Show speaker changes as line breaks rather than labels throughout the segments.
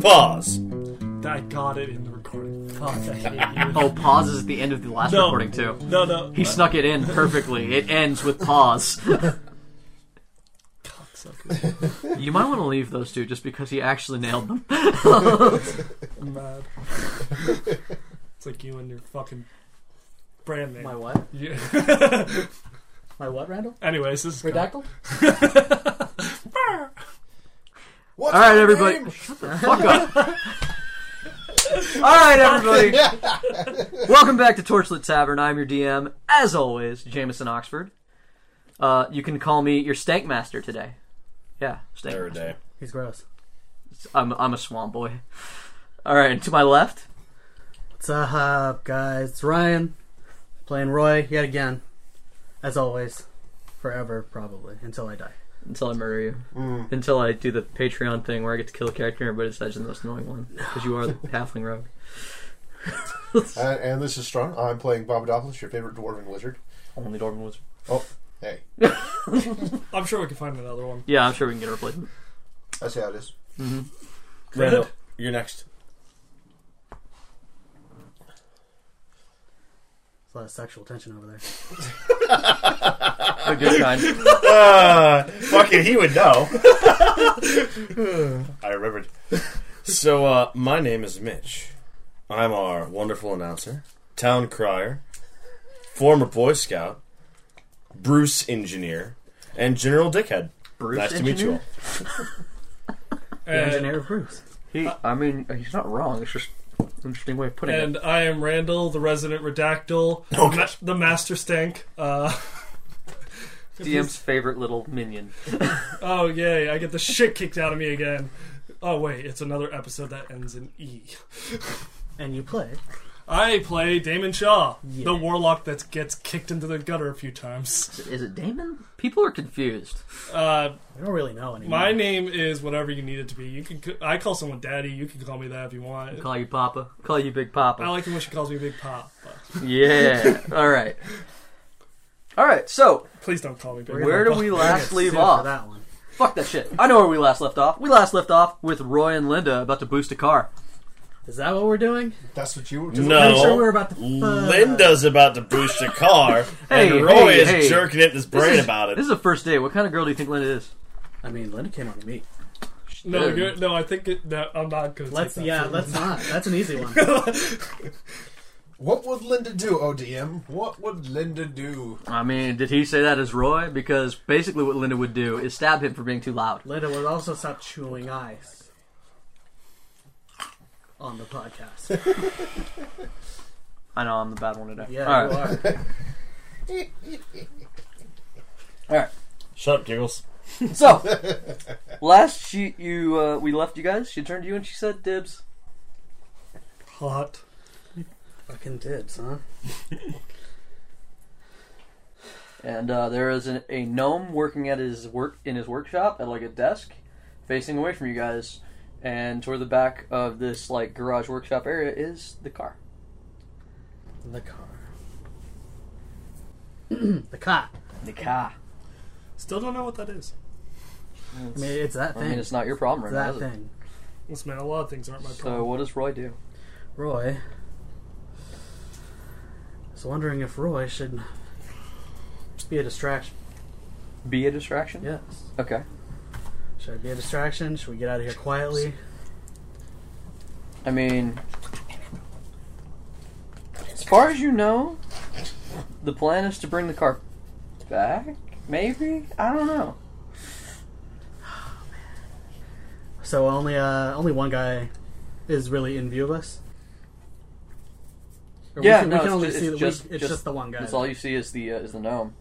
pause.
I got it in the recording. Fuck, I hate you.
Oh, pause is at the end of the last
No.
recording too.
No, no.
He snuck it in perfectly. It ends with pause.
Cocksucker.
You might want to leave those two just because he actually nailed them.
I'm mad. It's like you and your fucking brand name.
what?
Yeah.
My what, Randall?
Anyways, this is
What's
All right,
my
everybody.
name?
Fuck up. All right, everybody. Welcome back to Torchlit Tavern. I'm your DM, as always, Jameson Oxford. Uh, you can call me your Stank Master today. Yeah, Stank.
Every
Master.
day.
He's gross.
I'm I'm a swamp boy. All right, and to my left,
What's up, guys? It's Ryan playing Roy yet again, as always, forever probably until I die.
until I murder you, until I do the Patreon thing where I get to kill a character, but it's actually the most annoying one because you are the halfling rogue.
And, Uh, and this is Strong. I'm playing Bobadopoulos, your favorite dwarven wizard.
Only Dorman was.
Oh, hey,
I'm sure we can find another one.
Yeah, I'm sure we can get a replacement.
that's how it is.
Mm-hmm.
Randall, you're next.
There's a lot of sexual tension over there.
A good kind.
Uh, fucking, he would know. I remembered. So, uh, my name is Mitch. I'm our wonderful announcer, town crier, former Boy Scout, Bruce engineer, and general dickhead.
Bruce
nice to meet you all.
The
And,
engineer of Bruce.
He, I mean, he's not wrong. It's just an interesting way of putting
and
it.
I am Randall, the resident redactyl,
Oh,
ma-
gosh.
the master stank. Uh,
DM's favorite little minion.
oh, yay, I get the shit kicked out of me again. Oh, wait, it's another episode that ends in E.
And you play.
I play Damon Shaw,
Yeah.
the warlock that gets kicked into the gutter a few times.
Is it Damon? People are confused.
Uh,
I don't really know anymore.
my name is whatever you need it to be. You can c- I call someone daddy. You can call me that if you want.
Call you Papa. Call you Big
I
Papa.
like it when she calls me Big Pop. but
yeah. All right. All right. So
Please don't call me Big
where do
Pop.
we
We're gonna
last
sue
leave
for
off?
that one.
Fuck that shit. I know where we last left off. We last left off with Roy and Linda about to boost a car.
Is that what we're doing?
That's what you were doing.
No.
Pretty sure we're about to. fuck.
Linda's about to boost a car,
Hey,
and Roy
hey,
is
hey.
jerking at his brain
This is-
about it.
This is the first date. What kind of girl do you think Linda is?
I mean, Linda came on to me.
No, you're, no, I think it, no, I'm not going to
Let's
take that.
yeah, let's not. That's an easy one.
What would Linda do, ODM? What would Linda do?
I mean, did he say that as Roy? Because basically, what Linda would do is stab him for being too loud.
Linda would also stop chewing ice on the podcast.
I know I'm the bad one today.
Yeah,
All right.
you are.
Shut up, Giggles.
So, last she you uh, we left you guys. She turned to you and she said, "Dibs."
Hot.
Fucking dibs, huh?
And uh, there is an, a gnome working at his work in his workshop at like a desk, facing away from you guys. And toward the back of this like garage workshop area is the car.
The car. the car.
The car.
Still don't know what that is.
I mean, it's that
I
thing.
mean, it's not your problem right now. is
that
it?
thing.
Listen, man, a lot of things aren't my
So,
problem.
what does Roy do?
Roy. I was wondering if Roy should be a distraction.
Be a distraction.
Yes.
Okay.
Should I be a distraction? Should we get out of here quietly?
I mean, as far as you know, the plan is to bring the car back. Maybe I don't know.
So only uh only one guy is really in view of us. Or
yeah,
we can,
no,
we can
it's
only
ju-
see
it's
the
just,
we, it's just the one guy.
That's all you see is the uh, is the gnome,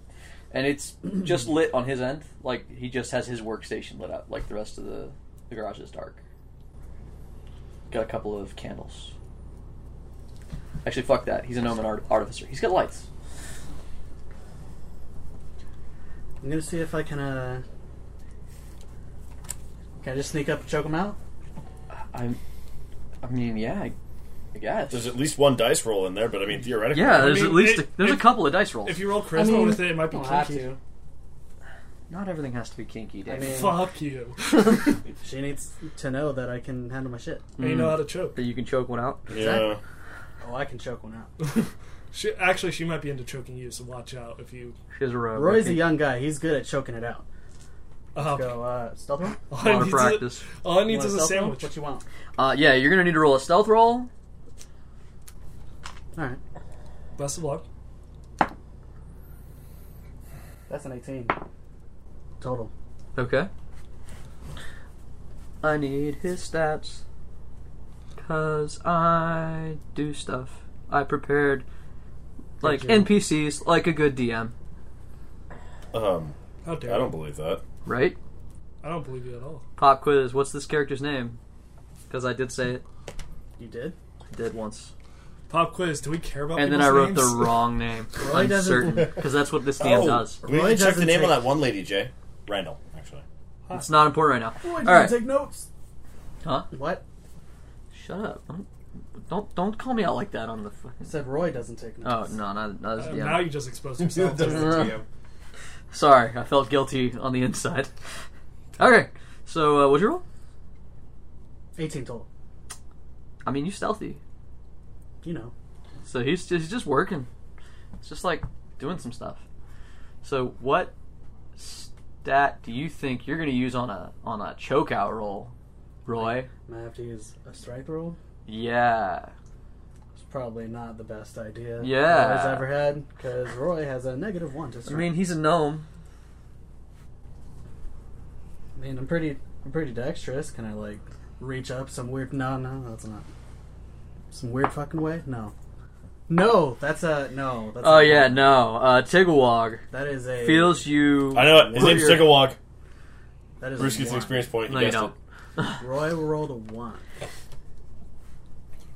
and it's just lit on his end. Like he just has his workstation lit up. Like the rest of the the garage is dark. Got a couple of candles. Actually, fuck that. He's a gnome and art- artificer. He's got lights.
I'm gonna see if I can uh can I just sneak up and choke him out?
I'm. I mean, yeah, I, I guess.
There's at least one dice roll in there, but I mean, theoretically.
yeah, there's
mean,
at least
it-
a, there's a
if-
couple of dice rolls.
if you roll charisma
I mean,
with it, it might be
don't have
clunky.
to.
Not everything has to be kinky, Dave.
I mean-
Fuck you.
Hmm.
She needs to know that I can handle my shit.
And you know how to choke.
you can choke one out.
Yeah.
Oh, I can choke one out.
She, actually, she might be into choking you, so watch out if you.
She has uh, a robe.
Roy's a young guy. He's good at choking it out.
Uh,
Go, uh, stealth roll?
all
a
I
lot
need
of
is-
practice.
all I
You
need
want
is a
stealth roll?
sandwich.
What you want?
Uh, yeah, you're gonna need to roll a stealth roll.
Alright.
Best of luck.
That's an 18. Total.
Okay. I need his stats. Cause I do stuff. I prepared like
Did you?
NPCs like a good DM,
Um,
How
I
dare
don't believe that.
right?
I don't believe you at all.
Pop quiz, what's this character's name? Cause I did say it.
You did?
I did once.
Pop quiz. Do we care about?
And then I
people's
wrote
names?
the wrong name.
Roy
I'm certain.
doesn't-
Because that's what this DM does.
Oh, we
Roy
need to check the
doesn't
name of
take-
that one lady, Jay. Randall, actually.
It's not important right now.
Roy
Alright.
take notes.
Huh?
What?
Shut up. Don't don't, don't call me out like that on the
I
fucking
said Roy doesn't take
Oh
notes.
no, not, not as
Uh,
DM.
Now you just exposed
That
yourself.
does the
Uh.
DM.
Sorry, I felt guilty on the inside. okay, so uh, what'd you roll?
18 total.
I mean, you stealthy,
You know.
so he's just, he's just working. It's just like doing some stuff. So what stat do you think you're gonna use on a on a choke out roll, Roy?
Might have to use a strike roll.
Yeah,
It's probably not the best idea
Yeah.
Roy's ever had because Roy has a negative one to
I
strike.
mean he's a gnome.
I mean, I'm pretty, I'm pretty dexterous. Can I like reach up some weird? No, no, that's not some weird fucking way. No, no, that's a no. That's
Oh
not-
yeah, no, uh, Tigawog
that is a
feels you.
I know it. His
Roy-
name's Sigawog.
That is a
Bruce gets an
one.
experience point. He
No, you
guessed
don't.
it.
Roy will roll the one.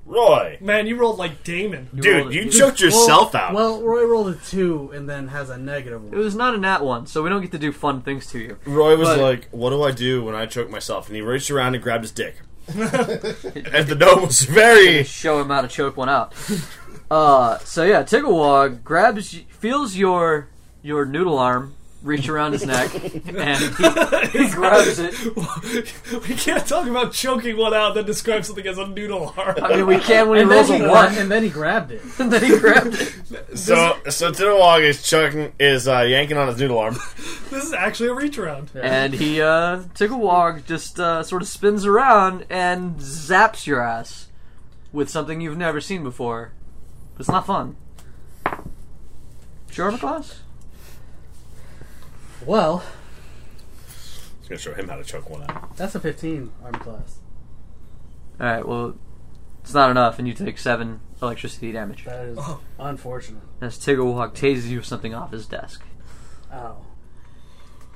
Roy!
Man, you rolled like Damon.
You rolled
Dude,
it.
you choked yourself
well,
out.
Well, Roy rolled a two and then has a negative
It
one.
was not a nat one, so we don't get to do fun things to you.
Roy was
But-
like, "What do I do when I choke myself?" And he reached around and grabbed his dick. and the gnome was very.
show him how to choke one out. Uh, so yeah, Tigawog grabs, feels your your noodle arm reach around his neck, and he, he grabs it.
we can't talk about choking one out, then describe something as a noodle arm.
I mean, we can when he
and
rolls
then
a
he
one,
and then he grabbed it.
and then he grabbed it.
So, so Tidalog is chucking, is uh, yanking on his noodle arm.
This is actually a reach around.
And he uh, Tigawog just uh, sort of spins around and zaps your ass with something you've never seen before. It's not fun. Sure, class.
Well,
He's gonna show him how to choke one out.
that's a 15 arm class.
All right. Well, it's not enough, and you take seven electricity damage.
That is
Oh.
unfortunate.
as Tiggerwalk tases you with something off his desk.
Ow.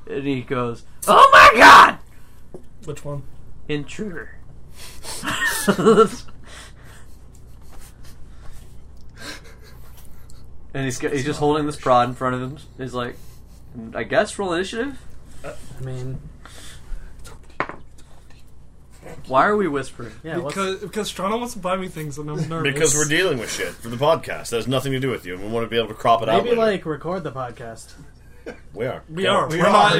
And he goes, Oh my god!
Which one?
Intruder. and he's, he's just holding this prod in front of him. He's like, I guess roll initiative?
I mean,
Why are we whispering?
yeah. what's-
because because Toronto wants to buy me things and I'm nervous.
Because we're dealing with shit for the podcast. That has nothing to do with you, and we want to be able to crop it out.
maybe
later.
like record the podcast.
we are.
we are
We
we are not
are.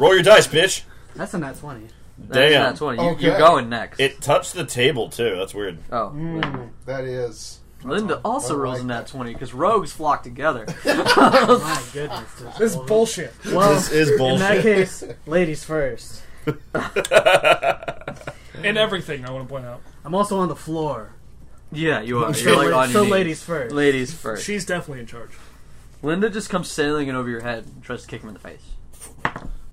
Roll your dice, bitch.
That's a nat 20.
That's
Damn.
not 20. You,
Okay.
You're going next.
It touched the table too. That's weird.
oh.
Hmm.
That is.
Linda also
I
rolls
like
in that
that.
20 because rogues flock together.
My goodness. this
This is
bull-
bullshit.
Well,
This is
in that
bullshit.
case, ladies first.
And everything I want to point out.
I'm also on the floor.
yeah, you are. You're like on
so
your knees.
ladies first.
Ladies first.
She's definitely in charge.
Linda just comes sailing in over your head and tries to kick him in the face.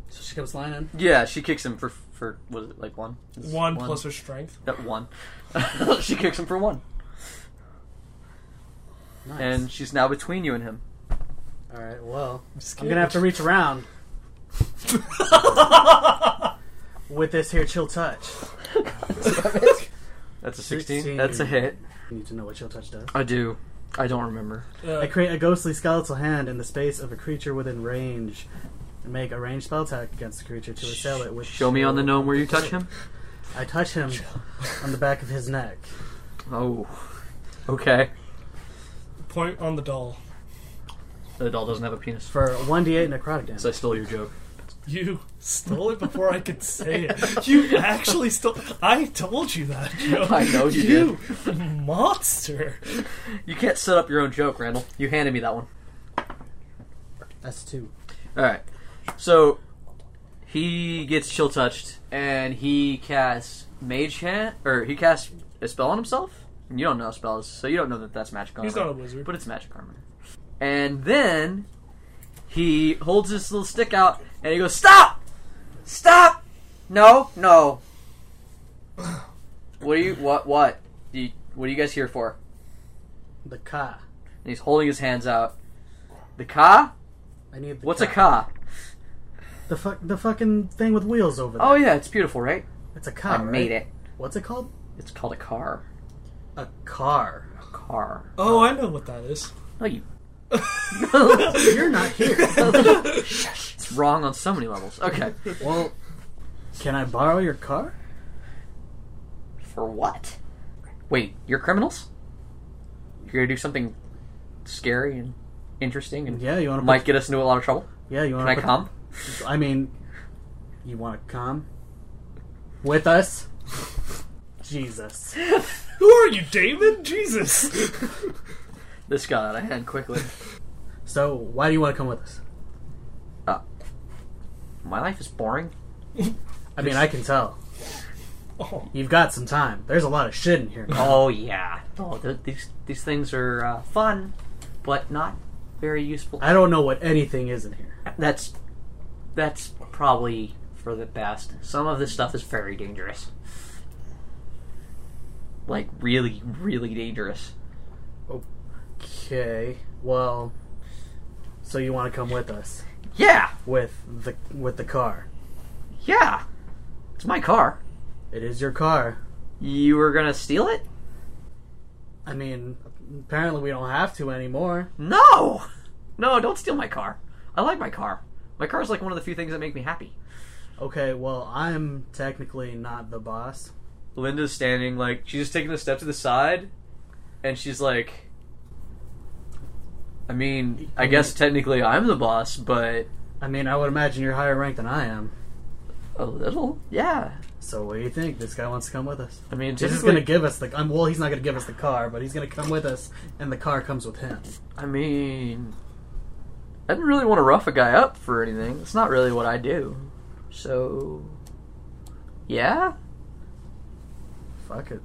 So she comes flying in.
Yeah, she kicks him for for what is it like one? It's
One, plus her strength.
that one. she kicks him for one,
Nice.
and she's now between you and him.
All right, well, I'm gonna have to reach around with this here chill touch.
That's a sixteen.
16.
That's a hit.
I need to know what chill touch does.
I do. I don't remember.
Uh,
I create a ghostly skeletal hand in the space of a creature within range. and Make a ranged spell attack against the creature to assail it with.
Show me on the
chill.
gnome where you touch him.
I touch him on the back of his neck.
Oh, okay.
point on the doll.
The doll doesn't have a penis.
for 1d8 necrotic damage.
So I stole your joke.
You stole it before I could say it. You actually stole. I told you that, Joe.
I know you
You monster.
You can't set up your own joke, Randall. You handed me that one.
That's two.
All right. So he gets chill touched, and he casts mage hand, or he casts a spell on himself. You don't know spells, so you don't know that that's magic armor.
He's not a wizard.
but it's magic armor. And then he holds his little stick out, and he goes, "Stop! Stop! No, no!
What do you? What? What? Do you, what are you guys here for?
The ka.
And he's holding his hands out. The ka?
I need. The
What's a
ka?
ka?
The fuck. The fucking thing with wheels over there.
Oh yeah, it's beautiful, right?
It's a ka.
I
right?
made it.
What's it called?
It's called a car.
A car.
A car.
Oh, I know what that is.
No, you.
You're not here.
It's wrong on so many levels. Okay.
Well,
Can I borrow your car?
For what? Wait, you're criminals? You're gonna do something scary and interesting and
Yeah, you want to?
might get us into a lot of trouble?
yeah, you want
Can
to?
I come?
I mean, you want to come with us? Jesus.
Who are you, Damon? Jesus.
This got out of hand quickly.
So, why do you want to come with us?
Uh, my life is boring.
I mean, I can tell.
Oh,
You've got some time. There's a lot of shit in here.
Oh yeah. Oh, th- these these things are uh, fun, but not very useful.
I don't know what anything is in here.
That's that's probably for the best. Some of this stuff is very dangerous. Like really, really dangerous.
Okay. Well, so you want to come with us
Yeah,
with the with the car?
yeah. It's my car.
It is your car.
You were gonna steal it?
I mean, apparently we don't have to anymore.
No! No, don't steal my car. I like my car. My car's like one of the few things that make me happy.
Okay. Well, I'm technically not the boss.
Linda's standing, like, she's just taking a step to the side, and she's like, I mean, I guess technically I'm the boss, but
I mean, I would imagine you're higher ranked than I am.
a little? Yeah.
So what do you think? This guy wants to come with us.
I mean,
This is
typically-
gonna give us the. Um, well, he's not gonna give us the car, but he's gonna come with us, and the car comes with him.
I mean, I didn't really want to rough a guy up for anything. It's not really what I do. So, yeah?
Fuck it.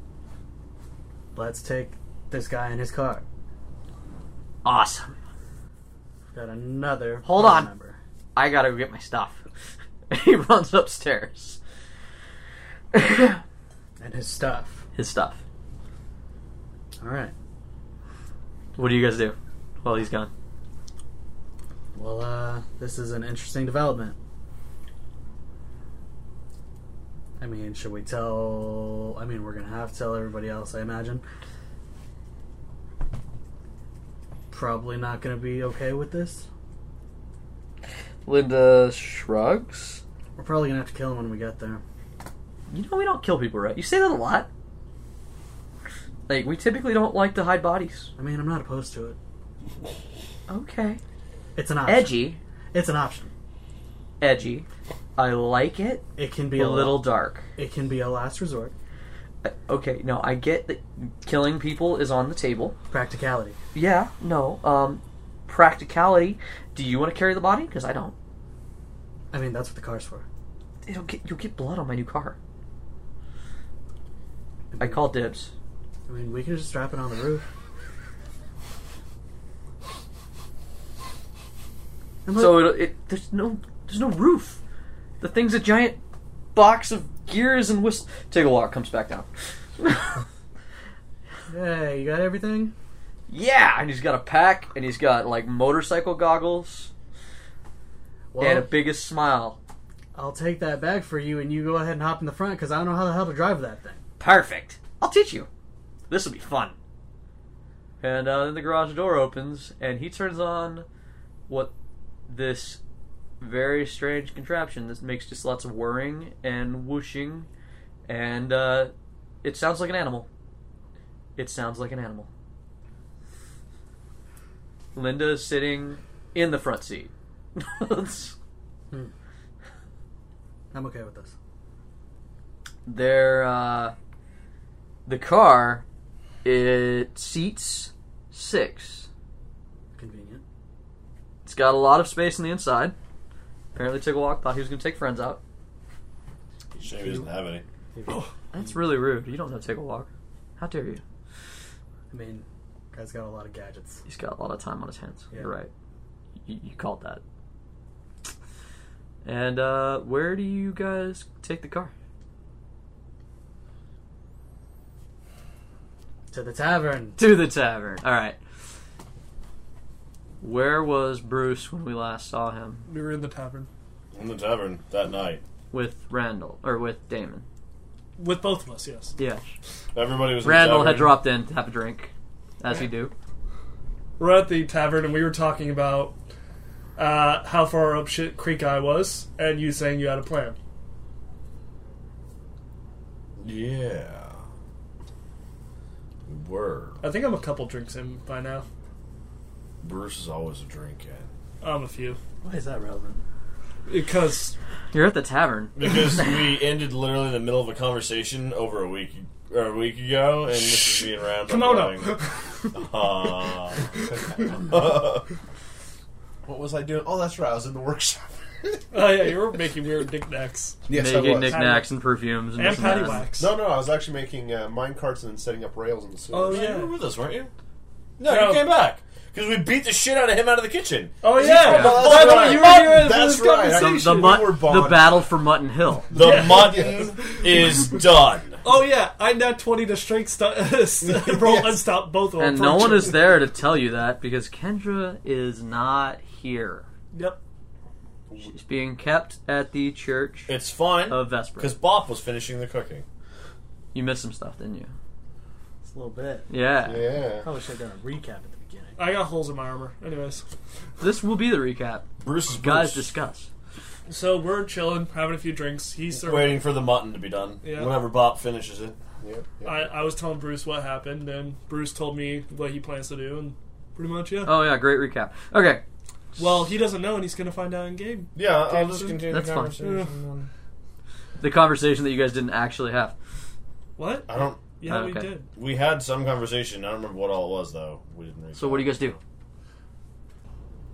Let's take this guy in his car.
Awesome.
Got another.
Hold
phone
on.
Number.
I gotta go get my stuff. And he runs upstairs.
And his stuff.
His stuff.
All right.
What do you guys do while he's gone?
Well, uh, this is an interesting development. I mean, should we tell? I mean, we're gonna have to tell everybody else, I imagine. Probably not gonna be okay with this.
Linda shrugs.
We're probably gonna have to kill him when we get there.
You know we don't kill people, right? You say that a lot. Like we typically don't like to hide bodies.
I mean, I'm not opposed to it.
Okay.
It's an option.
Edgy,
It's an option.
edgy. I like it.
It can be
Be
a,
a little dark.
It can be a last resort.
Uh, Okay, no, I get that killing people is on the table.
Practicality.
Yeah, no. Um, practicality. Do you want to carry the body? Because I don't.
I mean, that's what the car's for.
It'll get you'll get blood on my new car. I call dibs.
I mean, we could just strap it on the roof. And
So
look,
it, it there's no there's no roof. The thing's a giant box of gears and whistles. Take a walk. Comes back down.
hey, you got everything?
yeah, and he's got a pack, and he's got like motorcycle goggles
Well,
and a biggest smile.
I'll take that bag for you, and you go ahead and hop in the front because I don't know how the hell to drive that thing.
Perfect. I'll teach you. This will be fun. And uh, then the garage door opens, and he turns on what this very strange contraption that makes just lots of whirring and whooshing, and uh, it sounds like an animal. It sounds like an animal. Linda is sitting in the front seat.
I'm okay with this.
Their uh, the car it seats six.
Convenient.
It's got a lot of space on the inside. Apparently took a walk, thought he was gonna take friends out.
Shame he doesn't have any.
That's really rude. You don't know take a walk. How dare you?
I mean, guy's got a lot of gadgets.
He's got a lot of time on his hands.
Yeah.
You're right. You, you called that. And uh, where do you guys take the car?
To the tavern.
To the tavern. All right. Where was Bruce when we last saw him
We were in the tavern
In the tavern that night,
with Randall or with Damon?
with both of us. Yes.
Yeah,
everybody was. in the
Randall had
tavern.
dropped in to have a drink, as we do.
We're at the tavern and we were talking about uh, how far up shit creek I was, and you saying you had a plan.
Yeah. We were.
I think I'm a couple drinks in by now.
Bruce is always a drinking.
I'm a few
Why is that relevant?
because
You're at the tavern.
Because we ended literally in the middle of a conversation over a week or a week ago, and this is me and Randall.
Come on up. Oh,
going, "Uh, "Ah."
What was I doing? Oh, that's right. I was in the workshop.
Oh yeah, you were making weird knickknacks
yes, I
making
was.
knickknacks and perfumes and,
and
this and that.
patty wax.
No, no, I was actually making uh, mine carts and then setting up rails in the sewer.
Oh,
you
yeah.
were with us, weren't you? No,
No.
you came back because we beat the shit out of him out of the kitchen.
Oh yeah,
Well,
that's
By the way,
right.
you were here
for
That's
this
right.
The, the,
We
mut-
were
the
bonded.
battle for Mutton Hill.
The
Yeah.
mutton is done.
oh yeah. I nat twenty to straight stu- roll
Yes.
and stop both of them.
And no one is there to tell you that because Kendra is not here.
Yep.
She's being kept at the church
It's fine
of Vesper.
because Bop was finishing the cooking.
You missed some stuff, didn't you?
It's a little bit.
Yeah.
Oh, Yeah.
Probably should have done a recap at the beginning.
I got holes in my armor. Anyways,
This will be the recap.
Bruce is
Guys,
Bruce.
discuss.
so we're chilling, having a few drinks. He's serving.
waiting for the mutton to be done.
Yeah.
Whenever Bop finishes it,
yeah, yeah.
I, I was telling Bruce what happened, and Bruce told me what he plans to do, and pretty much yeah.
Oh yeah, great recap. Okay,
well, he doesn't know, and he's gonna find out in game.
yeah,
uh,
I'll
just
continue
the That's fine.
conversation.
the conversation that you guys didn't actually have.
What?
I don't.
Yeah,
Oh,
we
okay.
did.
We had some conversation. I don't remember what all it was though. We didn't. Read
So what do you guys do?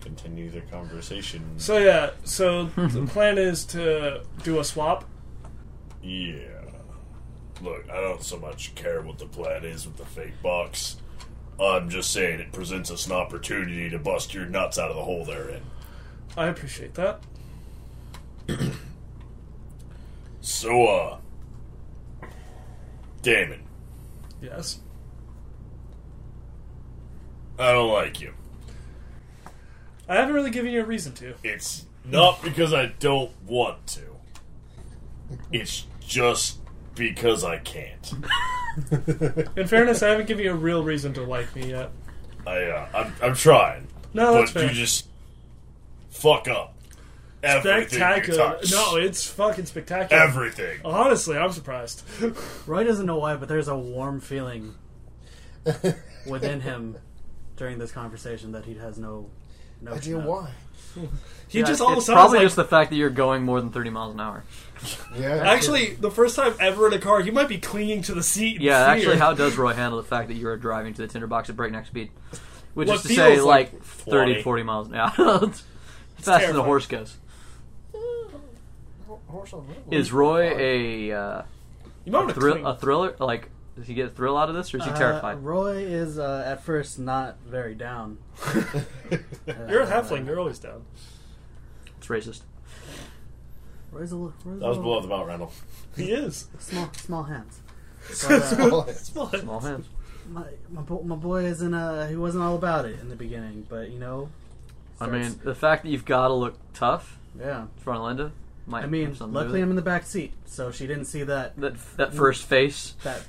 Continue the conversation.
So yeah, so the plan is to do a swap.
yeah. Look, I don't so much care what the plan is with the fake box. I'm just saying it presents us an opportunity to bust your nuts out of the hole they're in.
I appreciate that.
So, uh, Damon,
Yes.
I don't like you.
I haven't really given you a reason to.
It's not because I don't want to. It's just because I can't.
In fairness, I haven't given you a real reason to like me yet.
I, uh, I'm, I'm trying,
No,
but
Oh, that's fair.
you just fuck up everything you
spectacular.
touch.
uh, No, it's fucking spectacular.
everything.
Honestly, I'm surprised.
Roy doesn't know why, but there's a warm feeling within him during this conversation that he has no no
idea why.
He
Yeah,
just all of a
it's
sudden was
probably
like,
just the fact that you're going more than thirty miles an hour.
Yeah.
actually the first time ever in a car, he might be clinging to the seat. in
Yeah,
fear.
actually, how does Roy handle the fact that you are driving to the tinderbox at breakneck speed? Which
What
is to say,
feels
like,
like
30 to
20.
40 miles an hour. It's faster than
terrifying.
a horse goes.
Horse on road.
Is Roy a, uh,
you might want to
thrill,
cling.
a thriller? Like, does he get a thrill out of this, or is he
Uh,
terrified?
Roy is uh, at first not very down.
Oh. You're a halfling. You're always down.
It's racist.
Roy's a little. Roy's
That was below the mount, Randall.
He is.
small small hands. But, uh,
Small hands.
my, my, bo- my boy isn't uh he wasn't all about it in the beginning, but you know,
I
starts-
mean, the fact that you've got to look tough
yeah.
in front of Linda might
I mean,
have something to do
luckily
with
I'm in the back seat, so she didn't see that
it. that, that first face
that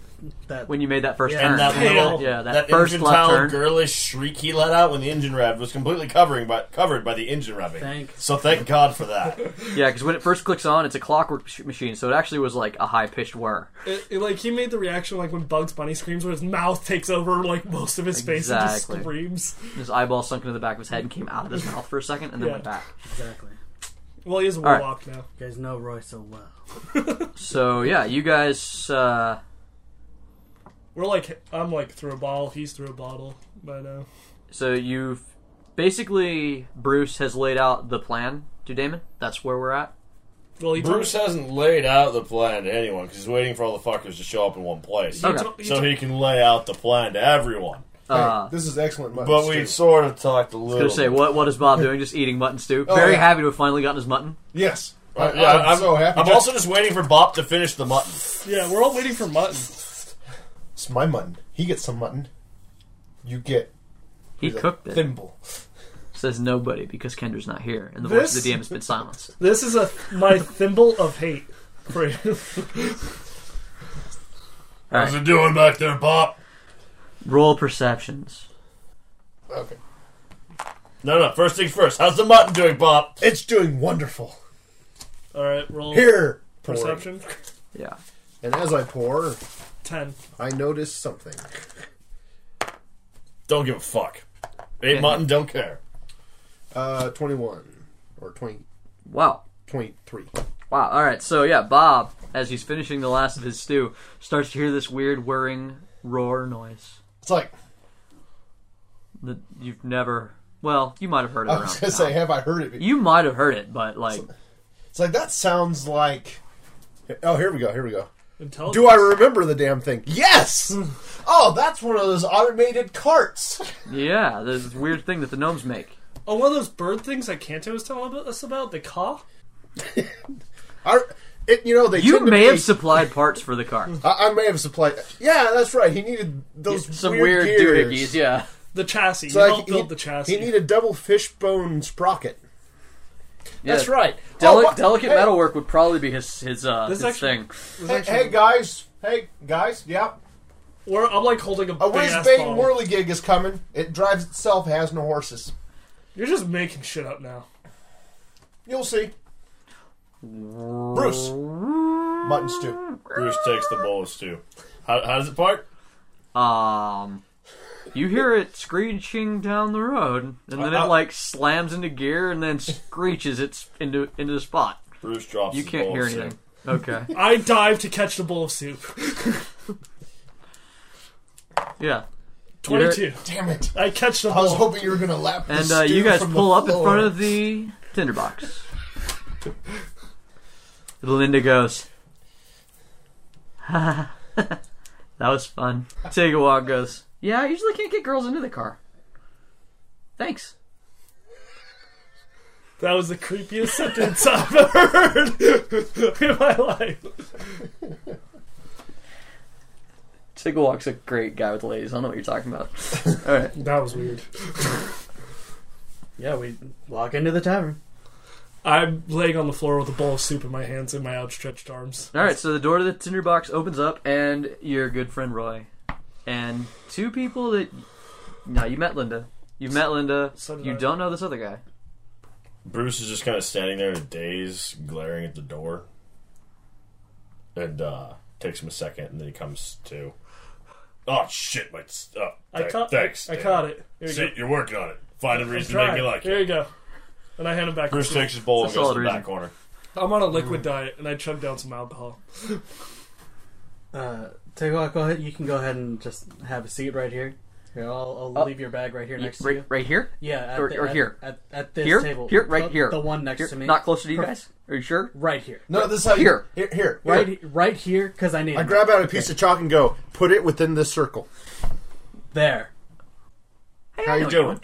that
when you made that first
Yeah.
turn.
And that little,
yeah, that,
that,
first left
infantile,
turn.
girlish shriek he let out when the engine revved was completely covering by, covered by the engine revving.
Thank-
So thank God for that.
Yeah, because when it first clicks on, it's a clockwork sh- machine, so it actually was like a high pitched whir.
It, it, like he made the reaction like when Bugs Bunny screams, where his mouth takes over like most of his face and
Exactly.
just screams.
His eyeball sunk into the back of his head and came out of his mouth for a second and then
Yeah.
went back.
exactly.
Well, he is a
right.
warlock now.
You guys know Roy so well.
So yeah, you guys. Uh,
We're like, I'm like through a bottle, he's through a bottle uh, by now.
so you've basically Bruce has laid out the plan to Damon. That's where we're at.
Well, he
Bruce
told,
hasn't laid out the plan to anyone because he's waiting for all the fuckers to show up in one place.
he
Okay.
told- he
So
told-
he can lay out the plan to everyone.
Uh,
this is excellent. Mutton
But we
stew.
sort of talked a little.
gonna say
bit.
what? What is Bob doing? Just eating mutton stew. Very
Oh. yeah.
happy to have finally gotten his mutton.
yes, I,
Uh,
am
yeah, I'm,
so happy.
I'm
Just-
also just waiting for Bop to finish the mutton.
yeah, we're all waiting for mutton.
it's my mutton. He gets some mutton. You get
He
a
cooked it.
thimble.
Says nobody because Kendra's not here, and the voice of
This-
the DM has been silenced.
This is a my thimble of hate for you.
All
How's
right,
it doing back there, Bop?
roll perceptions.
Okay,
No, no. First things first. How's the mutton doing, Bop?
it's doing wonderful.
All right, roll
Here, pouring.
perception.
Yeah,
And as I pour,
Ten.
I notice something.
Don't give a fuck. Ate mutton. Don't care.
Uh, twenty-one or 20,
wow.
23.
Wow. All right. So yeah, Bob, as he's finishing the last of his stew, starts to hear this weird whirring roar noise
It's like
that you've never. Well, you might have heard it.
I
around
was gonna
town.
say, have I heard it?
you might have heard it, but like,
It's like that sounds like. Oh, here we go. Here we go.
Intelligence.
Do I remember the damn thing? Yes. oh, that's one of those automated carts.
yeah, there's this weird thing that the gnomes make.
Oh, one of those bird things that Kanto was telling about- us about the caw.
I, it, you know, they.
You
tend to
may
be-
have supplied parts for the car.
I, I may have supplied. Yeah, that's right. He needed those
Some
weird,
weird, doohickeys.
gears.
Yeah.
The chassis.
It's
you
like
helped
he,
build the chassis.
he needed double fishbone sprocket.
Yeah.
That's right.
Deli-
Oh, what-
delicate
hey,
metalwork would probably be his his uh
This
his
actually-
thing.
Was
Hey,
actually-
hey, guys. Hey guys. Yeah.
We're- I'm like holding a
A
big ass
whiz-bang
bottle.
whirligig is coming. It drives itself. Has no horses.
You're just making shit up now.
You'll see. Bruce. Mutton stew.
Bruce takes the bowl of stew. How, how does it part?
Um, you hear it screeching down the road, and then
Uh,
it
uh.
like slams into gear and then screeches it's into into the spot.
Bruce drops.
You
his
can't
bowl
hear
of stew.
anything. Okay.
I dive to catch the bowl of soup.
Yeah. You're-
Twenty-two.
Damn it.
I catch the
I was
bowl.
hoping you were gonna lap. the
And uh,
stew
you guys
from the
pull up in
floor.
front of the tinderbox. Linda goes, That was fun. Take a walk goes, Yeah, I usually can't get girls into the car. Thanks.
That was the creepiest sentence I've ever heard in my life.
Tigawalk's a great guy with ladies. I don't know what you're talking about. All right.
That was weird.
Yeah, we walk into the tavern.
I'm laying on the floor with a bowl of soup in my hands and my outstretched arms.
All right. So the door to the tinderbox opens up, and your good friend Roy, and two people that now you met Linda. You met Linda.
So did
you
I.
don't know this other guy.
Bruce is just kind of standing there in a daze, glaring at the door. And uh takes him a second, and then he comes to. Oh shit! My oh,
I
th-
caught.
Thanks.
I
Dan.
caught it. Here you
See,
go.
you're working on it. Find a reason to
Try
make me
it.
like
Here
it.
you go. And I hand him back. the
Bruce
soup.
takes Mm. his bowl and
That's a
goes
solid
to the back
reason.
corner.
I'm on a liquid diet and I chug down some alcohol.
Uh, Tegawak, go ahead. You can go ahead and just have a seat right here. Here, I'll, I'll
Oh.
leave your bag right here
You-
next to
right,
you.
right here.
Yeah, at
or-
the-
or
at-
here.
At, at this
here,
table.
here, right
The-
here.
The one next
Here?
to me.
Not closer to you
Per-
guys. Are you sure?
Right here.
No, this is how you-
Here.
here, here,
Right, he- right here, because I need
I
it.
grab out a piece of chalk and go, put it within this circle.
There.
Hey,
How
I
you
know
doing?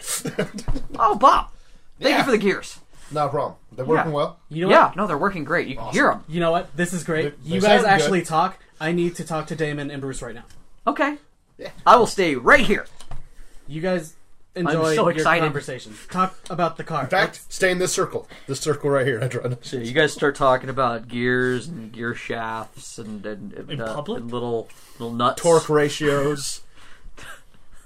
Oh, Bob. Thank
Yeah.
you for the gears.
No problem. They're working
Yeah.
well.
You know
yeah,
what?
no, they're working great. You can hear them.
You know what? This is great.
They-
you
they
guys
sound good.
actually talk. I need to talk to Damon and Bruce right now.
Okay. I will stay right here.
You guys enjoy
so
your
excited.
conversation. Talk about the car.
In fact, stay in this circle. This circle right here. I draw. it.
So you guys start talking about gears and gear shafts and and,
In
uh,
public?
and little little nuts.
Torque ratios.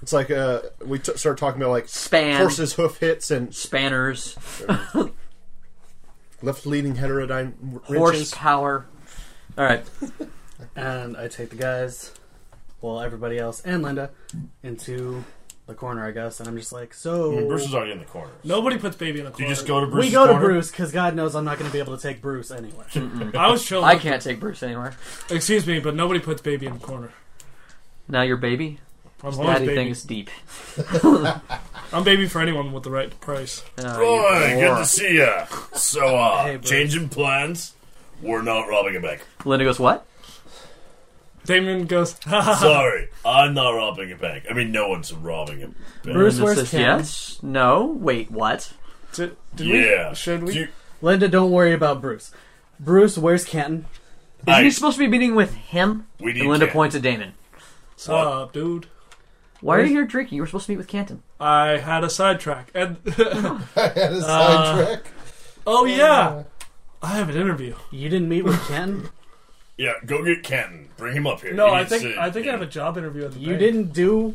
It's like uh, we t- start talking about like
Span.
horses' hoof hits and
Spanners,
left leading heterodyne r- wrenches.
horsepower. All right,
and I take the guys, well, everybody else and Linda, into the corner, I guess, and I'm just like, so
I mean, Bruce is already in the corner.
Nobody puts baby in a corner.
You just go to Bruce.
we go to Bruce because God knows I'm not going to be able to take Bruce anyway.
I was chilling.
I can't take Bruce anywhere.
Excuse me, but nobody puts baby in the corner.
Now your baby.
I'm always
Daddy
baby.
thing is deep.
I'm baby for anyone with the right price.
Oh,
Boy,
you
good
whore.
to see ya. So, uh,
Hey, Bruce.
changing plans. We're not robbing a bank.
Linda goes, what?
Damon goes, ha ha.
Sorry, I'm not robbing a bank. I mean, no one's robbing a bank.
Bruce,
Linda
where's
says,
Ken?
yes. No. Wait, what?
Did, did
yeah.
we? Should we?
Do you-
Linda, don't worry about Bruce. Bruce, where's Canton?
Is
I-
he supposed to be meeting with him?
We need
And Linda
Ken.
points at Damon.
Sup, dude?
Why are you here drinking? You were supposed to meet with Canton.
I had a sidetrack. And,
I had
Uh,
a sidetrack.
oh, yeah. I have an interview.
You didn't meet with Canton.
yeah, go get Canton. Bring him up here.
No,
He
I
needs
think
to-
I think I have a job interview at the
You
bank.
didn't do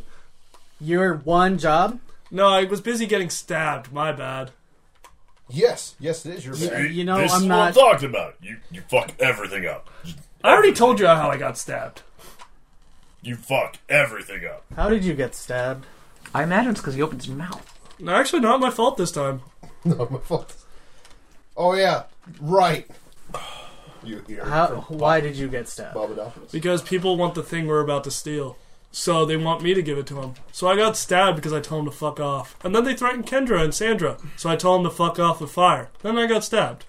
your one job.
No, I was busy getting stabbed. My bad.
Yes, yes, it is your
You,
bag.
You know,
this
I'm
is
not-
What I'm talking about. You you fuck everything up.
I already told you how I got stabbed.
You fuck everything up.
How did you get stabbed?
I imagine it's because he opened his mouth.
No, actually, not my fault this time.
No, my fault. Oh yeah, right. You hear
How? Why did you get stabbed?
Bobadophilus.
Because people want the thing we're about to steal. So they want me to give it to them. So I got stabbed because I told them to fuck off. And then they threatened Kendra and Sandra. So I told them to fuck off with fire. Then I got stabbed.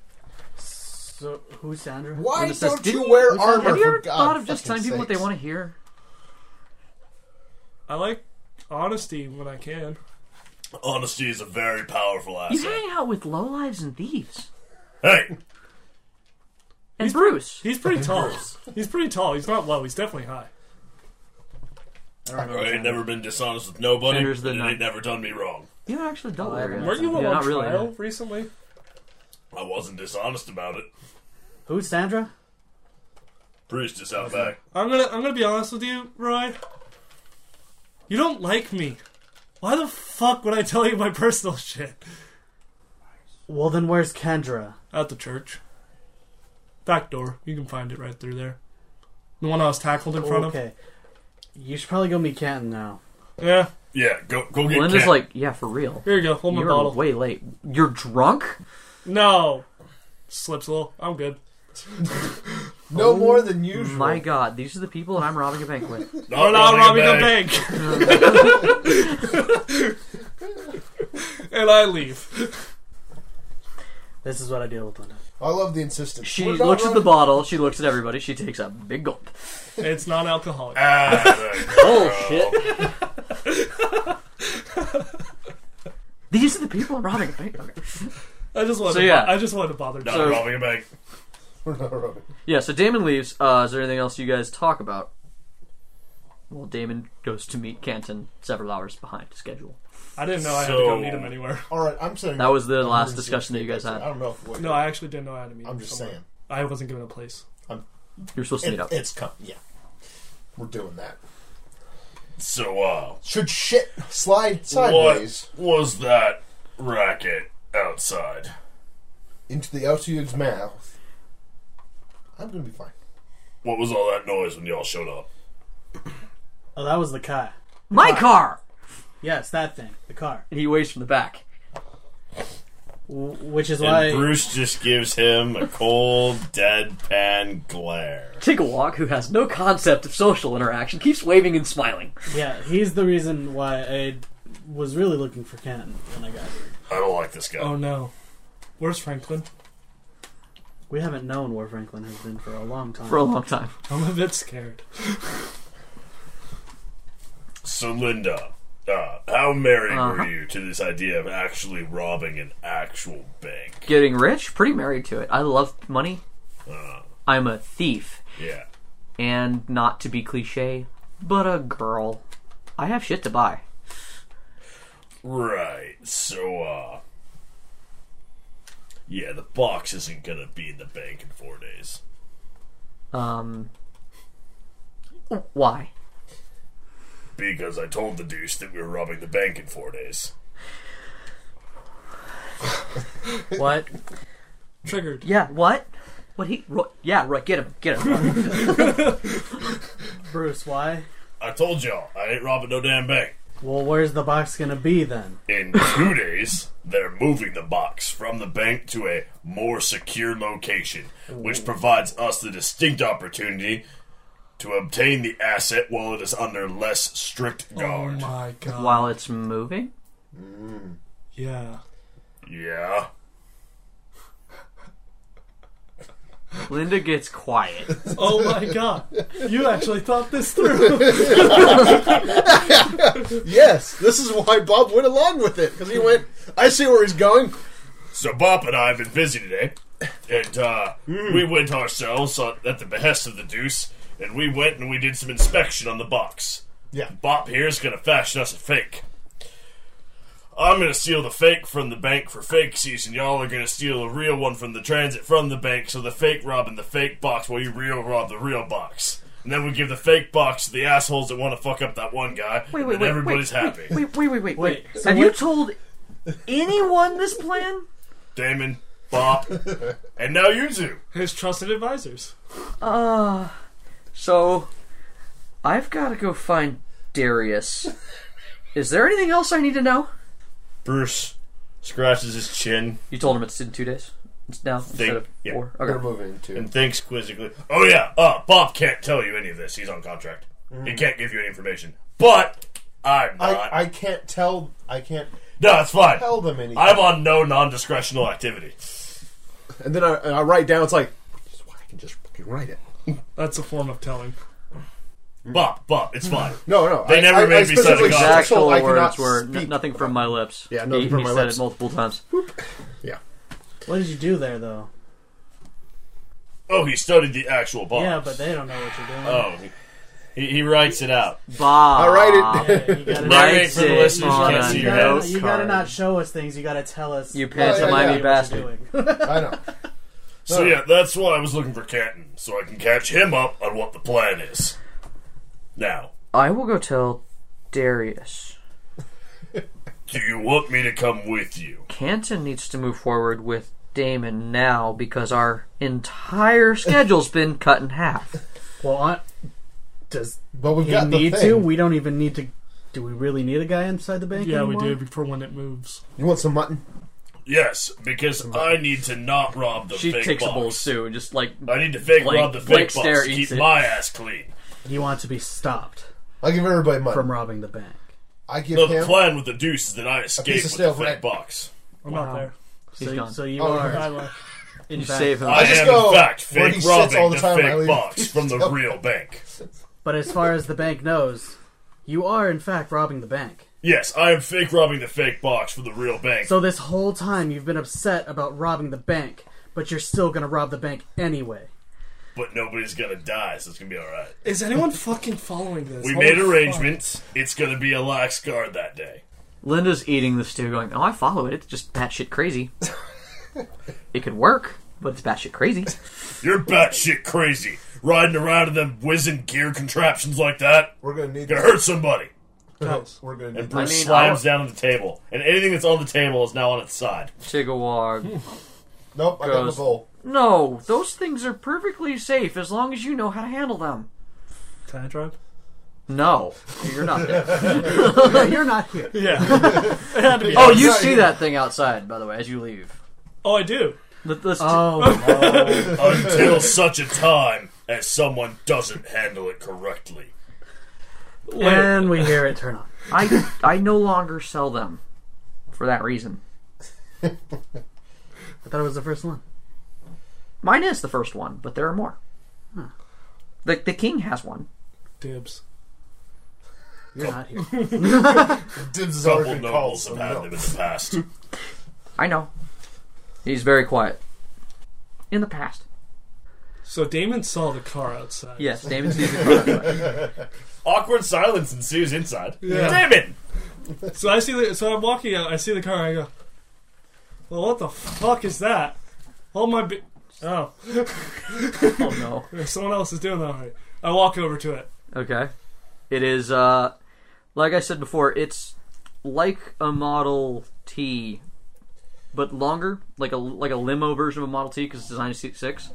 So who's Sandra?
Why
Linda says,
don't
"Didn't
you wear
Listen,
armor?
Have you
for
ever
God
thought of just telling
fucking
people what they
sakes?
want to hear?
I like honesty when I can.
Honesty is a very powerful
You
asset.
hang out with lowlives and thieves.
hey,
And Bruce.
He's pretty tall. He's pretty tall. He's not low. He's definitely high.
I ain't never been dishonest with nobody.
Sanders the
and it
ninth.
ain't never done me wrong.
You don't actually double
I
area.
haven't.
Weren't you on
yeah, not really.
trial recently?
I wasn't dishonest about it.
Who's Sandra?
Bruce just out back.
I'm gonna I'm gonna be honest with you, Roy. You don't like me. Why the fuck would I tell you my personal shit?
Well, then where's Kendra?
At the church. Back door. You can find it right through there. The one I was tackled in front
Okay. You should probably go meet Canton now.
of. Yeah.
Yeah, go go get.
Linda's
Ken.
like, yeah, for real.
Here you go. Hold my
You're
bottle.
way late. You're drunk?
No. Slips a little. I'm good.
No more than usual.
My god, these are the people that I'm robbing a bank with.
not
We're not
robbing
robbing a
a bank.
bank. and I leave.
This is what I deal with, Linda.
I love the insistence.
She
We're not
looks at the
running-
bottle, she looks at everybody, she takes a big gulp.
It's non-alcoholic.
Ah, there you go.
Bullshit. These are the people I'm robbing a bank okay.
I just wanted.
So,
to
yeah.
I just wanted to bother.
not
So-
robbing a bank.
We're not running.
Yeah, so Damon leaves. Uh, is there anything else you guys talk about? Well, Damon goes to meet Canton several hours behind schedule.
I didn't know I had to
So-
go meet him anywhere.
All right, I'm saying
That was the last
I'm
discussion that you guys
I
had.
don't know if we're,
No, I actually didn't know I had to meet him.
I'm just
somewhere.
saying.
I wasn't given a place.
You're supposed to meet
It,
up.
it's coming. Yeah, we're doing that.
So, uh,
Should shit slide sideways
what was that racket outside?
into the LCU's mouth? I'm gonna be fine.
What was all that noise when y'all showed up?
Oh, that was the car.
My car!
Yes, that thing, the car.
And he waves from the back.
W- which is
And
why
Bruce just gives him a cold, deadpan glare.
Tigawok, who has no concept of social interaction, keeps waving and smiling.
yeah, he's the reason why I was really looking for Canton when I got here.
I don't like this guy.
Oh no. Where's Franklin?
We haven't known where Franklin has been for a long time.
for a long time.
I'm a bit scared.
So, Linda, uh, how married
Uh-huh.
were you to this idea of actually robbing an actual bank?
Getting rich, pretty married to it. I love money. I'm a thief,
Yeah.
and not to be cliche, but a girl. I have shit to buy.
Right. So, uh. Yeah, the box isn't gonna be in the bank in four days.
Um, why?
Because I told the deuce that we were robbing the bank in four days.
What?
Triggered.
Yeah, what? What he? Ro- yeah, right. Get him. Get him.
Bruce, why?
I told y'all, I ain't robbing no damn bank.
Well, where's the box gonna be then?
In two days, they're moving the box from the bank to a more secure location, which provides us the distinct opportunity to obtain the asset while it is under less strict
Oh
guard.
my god.
While it's moving?
Yeah.
yeah.
Linda gets quiet.
Oh my god. You actually thought this through.
Yes, this is why Bob went along with it because he went. I see where he's going.
So Bop and I have been busy today, and uh, we went ourselves on, at the behest of the Deuce, and we went and we did some inspection on the box.
Yeah.
Bop here is gonna fashion us a fake. I'm gonna steal the fake from the bank for fake season. Y'all are gonna steal a real one from the transit from the bank, so the fake rob in the fake box while you real rob the real box. And then we give the fake box to the assholes that want to fuck up that one guy, and then everybody's happy.
Wait, wait, wait, wait.
Wait, so
Have
what-
you told anyone this plan?
Damon, Bop, and now you two.
His trusted advisors.
Uh, so I've got to go find Darius. Is there anything else I need to know?
Bruce scratches his chin
You told him it's in two days. It's now instead
Think-
of
yeah.
four.
We're
Okay.
moving to.
and thinks quizzically, "Oh yeah, uh, Bop can't tell you any of this. He's on contract. He can't give you any information." But I'm not.
Mm-hmm. I, I can't tell. I can't
no, it's fine.
tell them anything.
I'm on no non-discretional activity.
and then I, and I write down. It's like "This is why I can just fucking write it.
That's a form of telling.
Bop, bop, it's fine.
Mm. No, no.
They
I,
never
I,
made
I
me sign a
specifically
contract.
said,
Exact
so I
words
cannot
were n-
speak.
nothing from my lips.
Yeah,
he,
nothing from
he
my
said
lips.
it multiple times.
Yeah.
What did you do there though?
Oh, he studied the actual box.
Yeah, but they don't know what you're doing.
oh, he, he writes it out.
Bah.
I write it.
Yeah, you
Right.
gotta, not-
Narrate for the listeners who
on
can't
a
see
you
your
gotta-
head.
note
you gotta
card.
not show us things. You gotta tell us.
You
what you're
pantomime
doing.
bastard.
I know.
So yeah, that's why I was looking for Canton, so I can catch him up on what the plan is. Now,
I will go tell Darius.
do you want me to come with you?
Canton needs to move forward with Damon now because our entire schedule's been cut in half.
Well, on, does
But we've
he
got the
need
thing.
to? We don't even need to. Do we really need a guy inside the bank?
Yeah, we do
anymore?
before when it moves.
You want some mutton?
Yes, because I need to not rob the
She
fake
takes
box.
a bowl too, and just like
I need to fake
Blake-
rob the fake
Blake Stare
box to
eats
keep
it.
my ass clean.
You want to be stopped
I'll give everybody mutton.
from robbing the bank.
I give
The
him.
plan with the deuce is that I escape
piece
with
of stale
the fake
bread.
box.
I'm
Wow.
not there.
He's
so,
gone.
so you
Oh,
are.
right.
Highway.
you
fact-
save him.
I,
just
am
go
in fact
where he
fake
sits
robbing
all the
the,
time, I
fake
leave.
box from the real bank.
But as far as the bank knows, you are in fact robbing the bank.
Yes, I am fake robbing the fake box from the real bank.
So this whole time you've been upset about robbing the bank, but you're still gonna rob the bank anyway.
but nobody's gonna die, so it's gonna be alright.
Is anyone fucking following this?
We
Holy
made
fuck.
arrangements. It's gonna be a lax guard that day.
Linda's eating this too, going, "Oh, I follow it. It's just batshit crazy. it could work, but it's batshit crazy."
You're batshit crazy. Riding around in them whizzing gear contraptions like that.
We're gonna need
Gonna
this.
hurt somebody.
Guys,
We're gonna
And
need.
Bruce
I mean,
slams down on the table. And anything that's on the table is now on its side.
Chigawag.
Nope, I got the
goes-
bowl.
No, those things are perfectly safe as long as you know how to handle them.
Can I drive?
No, you're not there.
Yeah, you're not here.
Yeah. It had to be.
oh, you see that thing outside, by the way, as you leave.
Oh, I do.
Let- let's-
Oh,
Until such a time as someone doesn't handle it correctly.
and we hear it turn on.
I I no longer sell them for that reason.
I thought it was the first one.
Mine is the first one, but there are more. The the king has one.
Dibs.
You're not here.
Dibs has
Couple
already been called.
nobles
So
have had
no.
them in the past.
I know. He's very quiet. In the past.
So Damon saw the car outside.
Yes, Damon sees the car.
Awkward silence ensues inside.
Yeah.
Damn it!
So I see the. So I'm walking out. I see the car. And I go. Well, what the fuck is that? All my. Bi- oh,
Oh no.
someone else is doing that already. I walk over to it.
Okay. It is uh like I said before, it's like a Model T but longer, like a like a limo version of a Model T cuz it's designed to seat 6.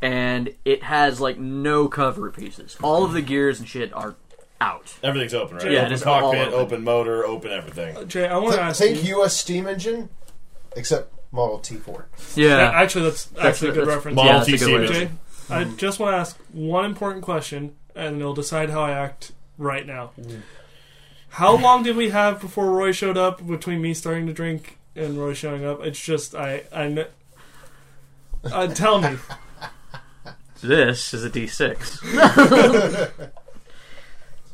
And it has like no cover pieces. All of the gears and shit are out.
Everything's open, right?
Yeah,
open
it is all
cockpit,
open.
open. motor, open everything.
Jay, I want to ask
Think
you.
U.S. steam engine, except Model T4.
Yeah,
Yeah.
actually, that's, actually a good
that's-
reference.
Model
Yeah, that's a
T
good way to-
semen.
Jay, I just want to ask one important question, and it'll decide how I act right now. How long did we have before Roy showed up between me starting to drink and Roy showing up? It's just I I. kn- Uh, tell me,
This is a D6.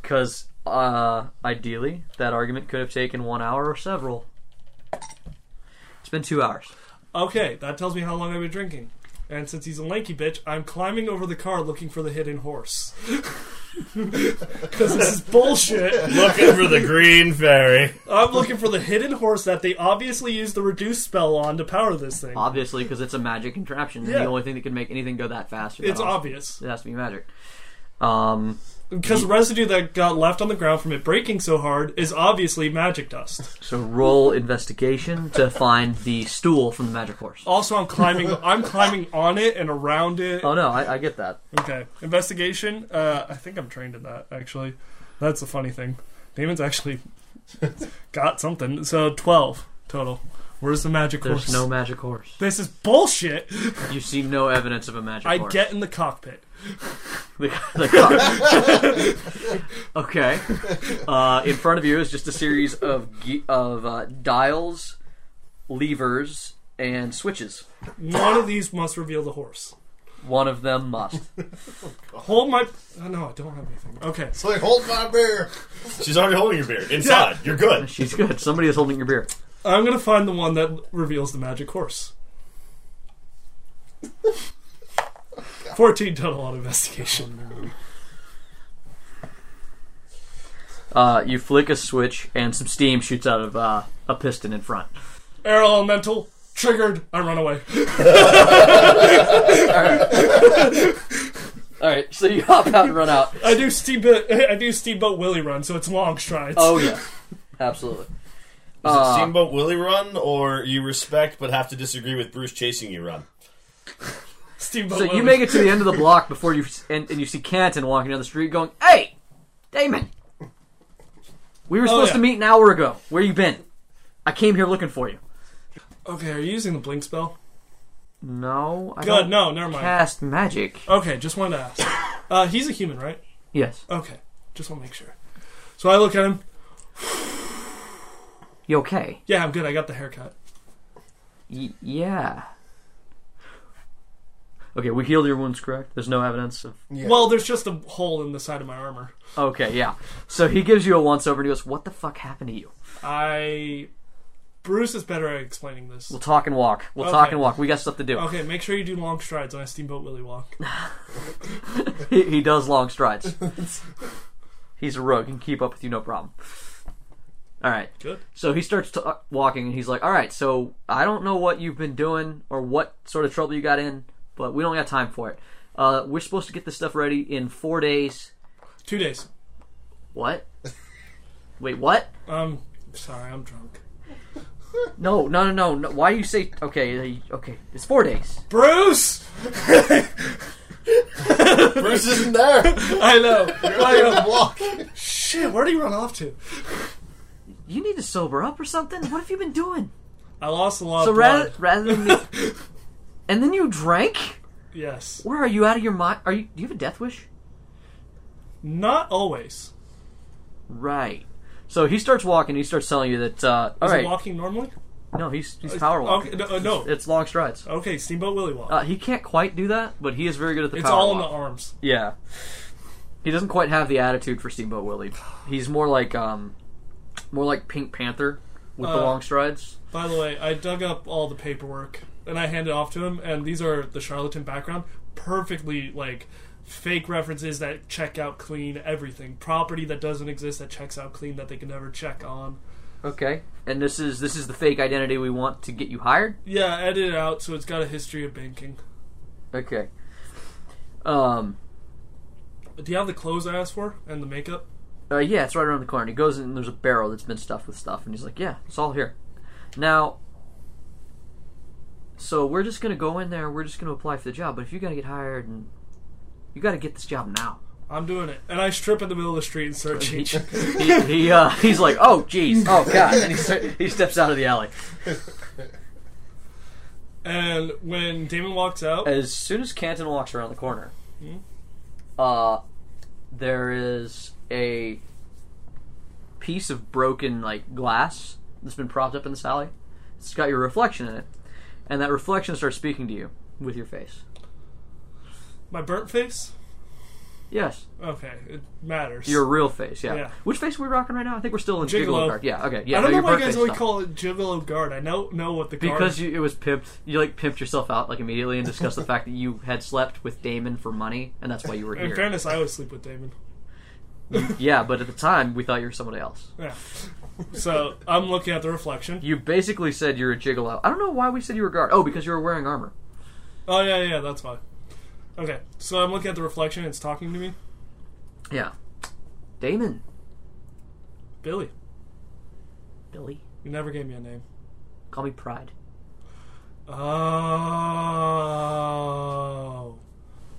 Because uh, ideally, that argument could have taken one hour or several. It's been two hours.
okay, that tells me how long I've been drinking. And since he's a lanky bitch, I'm climbing over the car looking for the hidden horse. Because this is bullshit.
Looking for the green fairy.
I'm looking for the hidden horse that they obviously used the reduce spell on to power this thing.
Obviously, because it's a magic contraption. and
Yeah.
The only thing that can make anything go that fast. or that
It's
often.
obvious.
It has to be magic. Um,
Because the residue that got left on the ground from it breaking so hard is obviously magic dust.
so roll investigation to find the stool from the magic horse.
Also, I'm climbing. I'm climbing on it and around it.
Oh no, I, I get that.
Okay, investigation. Uh, I think I'm trained in that. Actually, that's the funny thing. Damon's actually got something. So twelve total. Where's the magic
There's
horse?
no magic horse.
this is bullshit.
You see no evidence of a magic
I
horse.
get in the cockpit.
The- the cock- okay. Uh, in front of you is just a series of ge- of uh, dials, levers, and switches.
One of these must reveal the horse.
One of them must.
Hold my. Oh, no, I don't have anything. Okay.
It's like, hold my beer.
She's already holding your beer. Inside. You're good.
She's good. Somebody is holding your beer.
I'm gonna find the one that reveals the magic horse. Fourteen total on investigation.
Uh, you flick a switch, and some steam shoots out of uh, a piston in front.
Air elemental triggered. I run away.
All right, so you hop out and run out.
I do steamboat. I do steamboat Willie run, so it's long strides.
Oh yeah, absolutely.
Is
Uh,
it Steamboat Willie run or you respect but have to disagree with Bruce chasing you run?
steamboat.
So
Willie.
you make it to the end of the block before you and, and you see Canton walking down the street, going, "Hey, Damon, we were supposed
yeah.
to meet an hour ago. Where you been? I came here looking for you."
Okay, are you using the blink spell?
No, I
God,
don't
no, never mind.
cast magic.
Okay, just wanted to ask. Uh, he's a human, right?
Yes.
Okay, just want to make sure. So I look at him.
You okay?
Yeah, I'm good. I got the haircut.
Y- yeah. Okay, we healed your wounds, correct? There's no evidence of.
Well, there's just a hole in the side of my armor.
Okay, yeah. So he gives you a once over and he goes, What the fuck happened to you?
I. Bruce is better at explaining this.
We'll talk and walk. We'll talk
Okay.
and walk. We got stuff to do.
Okay, make sure you do long strides on a Steamboat Willie walk.
He, he does long strides. He's a rogue. He can keep up with you, no problem. Alright.
Good.
So he starts to, walking and he's like, All right, so I don't know what you've been doing or what sort of trouble you got in, but we don't got time for it. Uh, we're supposed to get this stuff ready in four days.
Two days.
What? Wait, what?
Um, sorry, I'm drunk.
No, no, no, no, no. Why do you say okay? uh, Okay, it's four days.
Bruce!
Bruce isn't there.
I know. I
Take the
know.
block.
Shit, where do you run off to?
You need to sober up or something. What have you been doing?
I lost a lot
So
of blood.
rather, rather than me, and then you drank.
yes.
Where are you out of your mind? Are you? Do you have a death wish?
Not always.
Right. So he starts walking. He starts telling you that. Uh, all
Is
right.
it walking normally?
No, he's he's power walking.
Okay, no. uh, no.
It's long strides.
Okay, Steamboat Willie walk.
Uh, he can't quite do that, but he is very good at the
it's
power
all
walk.
in the arms.
Yeah. He doesn't quite have the attitude for Steamboat Willie. He's more like um more like Pink Panther with the
Uh,
long strides.
By the way, I dug up all the paperwork and I handed it off to him, and these are the charlatan background. Perfectly, like, fake references that check out clean everything. Property that doesn't exist that checks out clean that they can never check on.
Okay. And this is this is the fake identity we want to get you hired.
Yeah, edit it out so it's got a history of banking.
Okay. Um
Do you have the clothes I asked for and the makeup?
uh, yeah, it's right around the corner. And he goes in and there's a barrel that's been stuffed with stuff and he's like, "Yeah, it's all here." Now so we're just going to go in there. We're just going to apply for the job, but if you got to get hired and you got to get this job now.
I'm doing it. And I strip in the middle of the street and start
He,
changing.
he, he, uh, he's like, oh, jeez, oh, god. And he, st- he steps out of the alley.
And when Damon walks out,
As soon as Canton walks around the corner,
Mhm.
uh, there is a piece of broken like glass that's been propped up in this alley. It's got your reflection in it, and that reflection starts speaking to you with your face.
my burnt face.
Yes,
Okay, it matters.
your real face. Yeah.
Yeah.
Which face are we rocking right now? I think we're still in
Gigolo.
Gigolo, card. Yeah. Okay. Yeah.
I don't know
no, your
why you
birth
guys
face
always
stuff.
call it Gigolo Guard. I know know what the guard
because you, it was pimped. You like pimped yourself out like immediately and discussed the fact that you had slept with Damon for money, and that's why you were
In
here.
fairness, I always sleep with Damon.
yeah, but at the time we thought you were somebody else.
Yeah. So I'm looking at the reflection.
You basically said you're a gigolo. I don't know why we said you were guard. Oh, because you were wearing armor.
Oh yeah, yeah, that's why. Okay, so I'm looking at the reflection. It's talking to me,
Yeah. Damon.
Billy.
Billy.
You never gave me a name.
Call me Pride.
Oh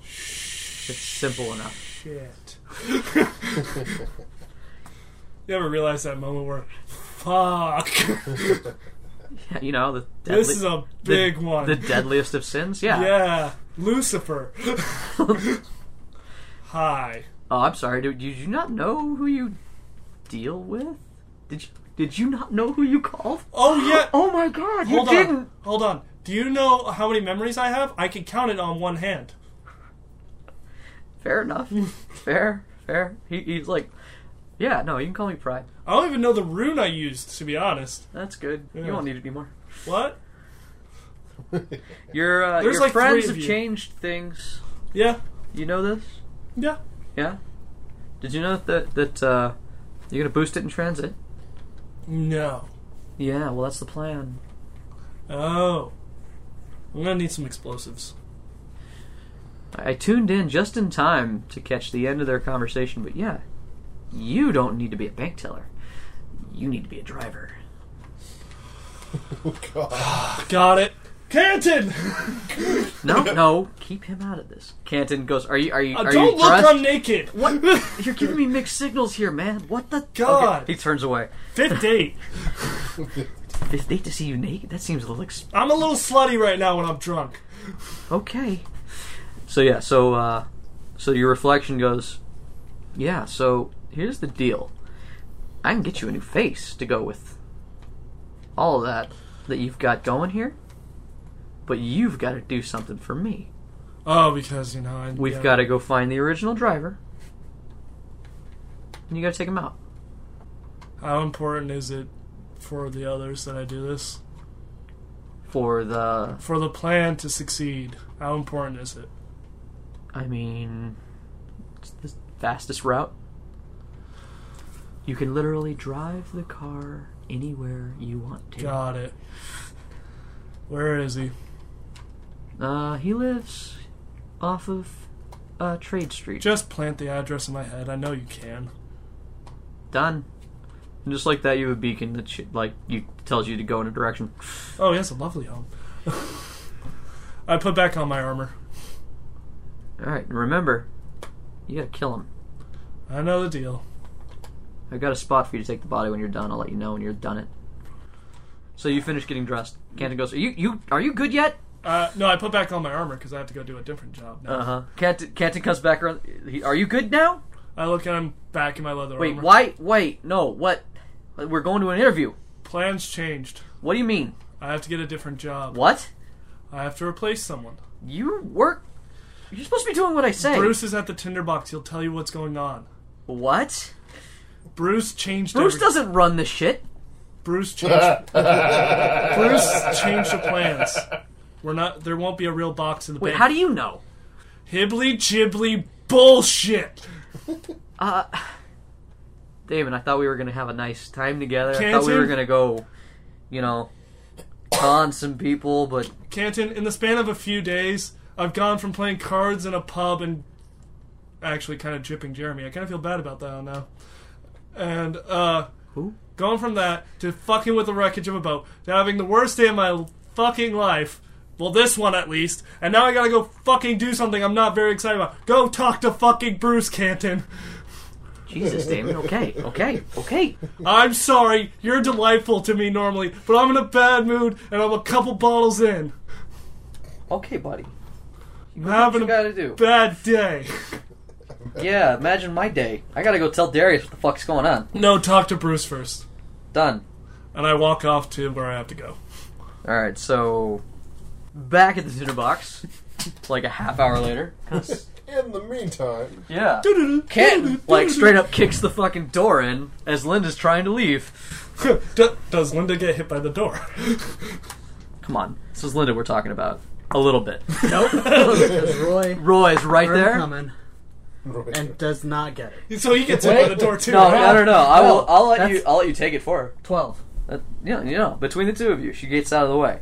It's simple enough.
shit! you ever realize that moment where, fuck,
Yeah, you know, the deadly,
this is a
the-
big one.
The deadliest of sins? Yeah.
yeah, Lucifer. Hi.
Oh, I'm sorry. Did, did you not know who you deal with? Did you, did you not know who you called?
Oh yeah.
Oh my god, you
Hold on.
didn't.
Hold on. Do you know how many memories I have? I can count it on one hand.
Fair enough. fair, fair. He, he's like, yeah, no, you can call me Pride.
I don't even know the rune I used, to be honest.
That's good.
Yeah.
You won't need it anymore.
What?
Your uh,
There's
your
like three
friends
of
have
you.
changed things.
Yeah.
You know this?
Yeah.
Yeah. Did you know that that uh, you're gonna boost it in transit?
No.
Yeah. Well, that's the plan.
Oh. I'm gonna need some explosives.
I, I tuned in just in time to catch the end of their conversation, but yeah, you don't need to be a bank teller. You need to be a driver.
Oh, God.
Got it. Canton!
No, no, keep him out of this. Canton goes. Are you? Are you?
Uh,
are
don't
you
look,
dressed?
I'm naked!
What? You're giving me mixed signals here, man. What the
God.
Okay, He turns away.
Fifth date.
Fifth date to see you naked? That seems a little ex-
I'm a little slutty right now when I'm drunk.
okay. So yeah, so uh, so your reflection goes, yeah. So here's the deal. I can get you a new face to go with all of that that you've got going here, but you've got to do something for me.
Oh, because, you know, I,
We've
yeah.
got to go find the original driver, and you got to take him out.
How important is it for the others that I do this?
For the,
For the plan to succeed, how important is it?
I mean, it's the fastest route. You can literally drive the car anywhere you want to.
Got it. Where is he?
Uh, he lives off of uh, Trade Street.
Just plant the address in my head. I know you can.
Done. And just like that, you have a beacon that sh- like you tells you to go in a direction.
Oh, he has a lovely home. I put back on my armor.
All right, and remember, you gotta kill him.
I know the deal.
I got a spot for you to take the body when you're done. I'll let you know when you're done it. So you finish getting dressed. Canton goes, "Are you you are you good yet?"
Uh, no, I put back on my armor because I have to go do a different job now.
Uh huh. Canton, Canton comes back around. He, are you good now?
I look at him back in my leather
Wait,
armor.
why? Wait, no. What? We're going to an interview.
Plans changed.
What do you mean?
I have to get a different job.
What?
I have to replace someone.
You work? You're supposed to be doing what I say.
Bruce is at the tinderbox. He'll tell you what's going on.
What?
Bruce changed.
Bruce
every-
doesn't run this shit.
Bruce changed. Bruce changed the plans. We're not. There won't be a real box in the
Wait,
bank.
how do you know?
Hibbly jibbly bullshit.
Damon, I thought we were gonna have a nice time together. I thought we
Canton?
were gonna go, you know, con some people, but
Canton, in the span of a few days, I've gone from playing cards in a pub and actually kind of jipping Jeremy. I kind of feel bad about that now. And, uh.
Who?
Going from that to fucking with the wreckage of a boat to having the worst day of my fucking life Well, this one at least. And now I gotta go fucking do something I'm not very excited about. Go talk to fucking Bruce Canton.
Jesus, Damon. Okay, okay, okay.
I'm sorry, you're delightful to me normally, but I'm in a bad mood and I'm a couple bottles in.
Okay, buddy.
I'm
What
having
you
a
gotta do?
bad day.
Yeah, imagine my day. I gotta go tell Darius what the fuck's going on.
No, talk to Bruce first.
Done.
And I walk off to where I have to go.
All right, so back at the tutor box, like a half hour later.
In the meantime,
Yeah.
Canton.
Like straight up kicks the fucking door in as Linda's trying to leave.
Do- Does Linda get hit by the door?
Come on, this is Linda we're talking about. A little bit.
Because Roy,
Roy is right
I'm
there.
coming and does not get it.
so he gets hit by the door too.
No,
right?
I don't know. I will.
No,
I'll let
that's-
you.
I'll let you take it for her.
Twelve.
That, yeah, you know,
Between the two of you, she gets out of the way.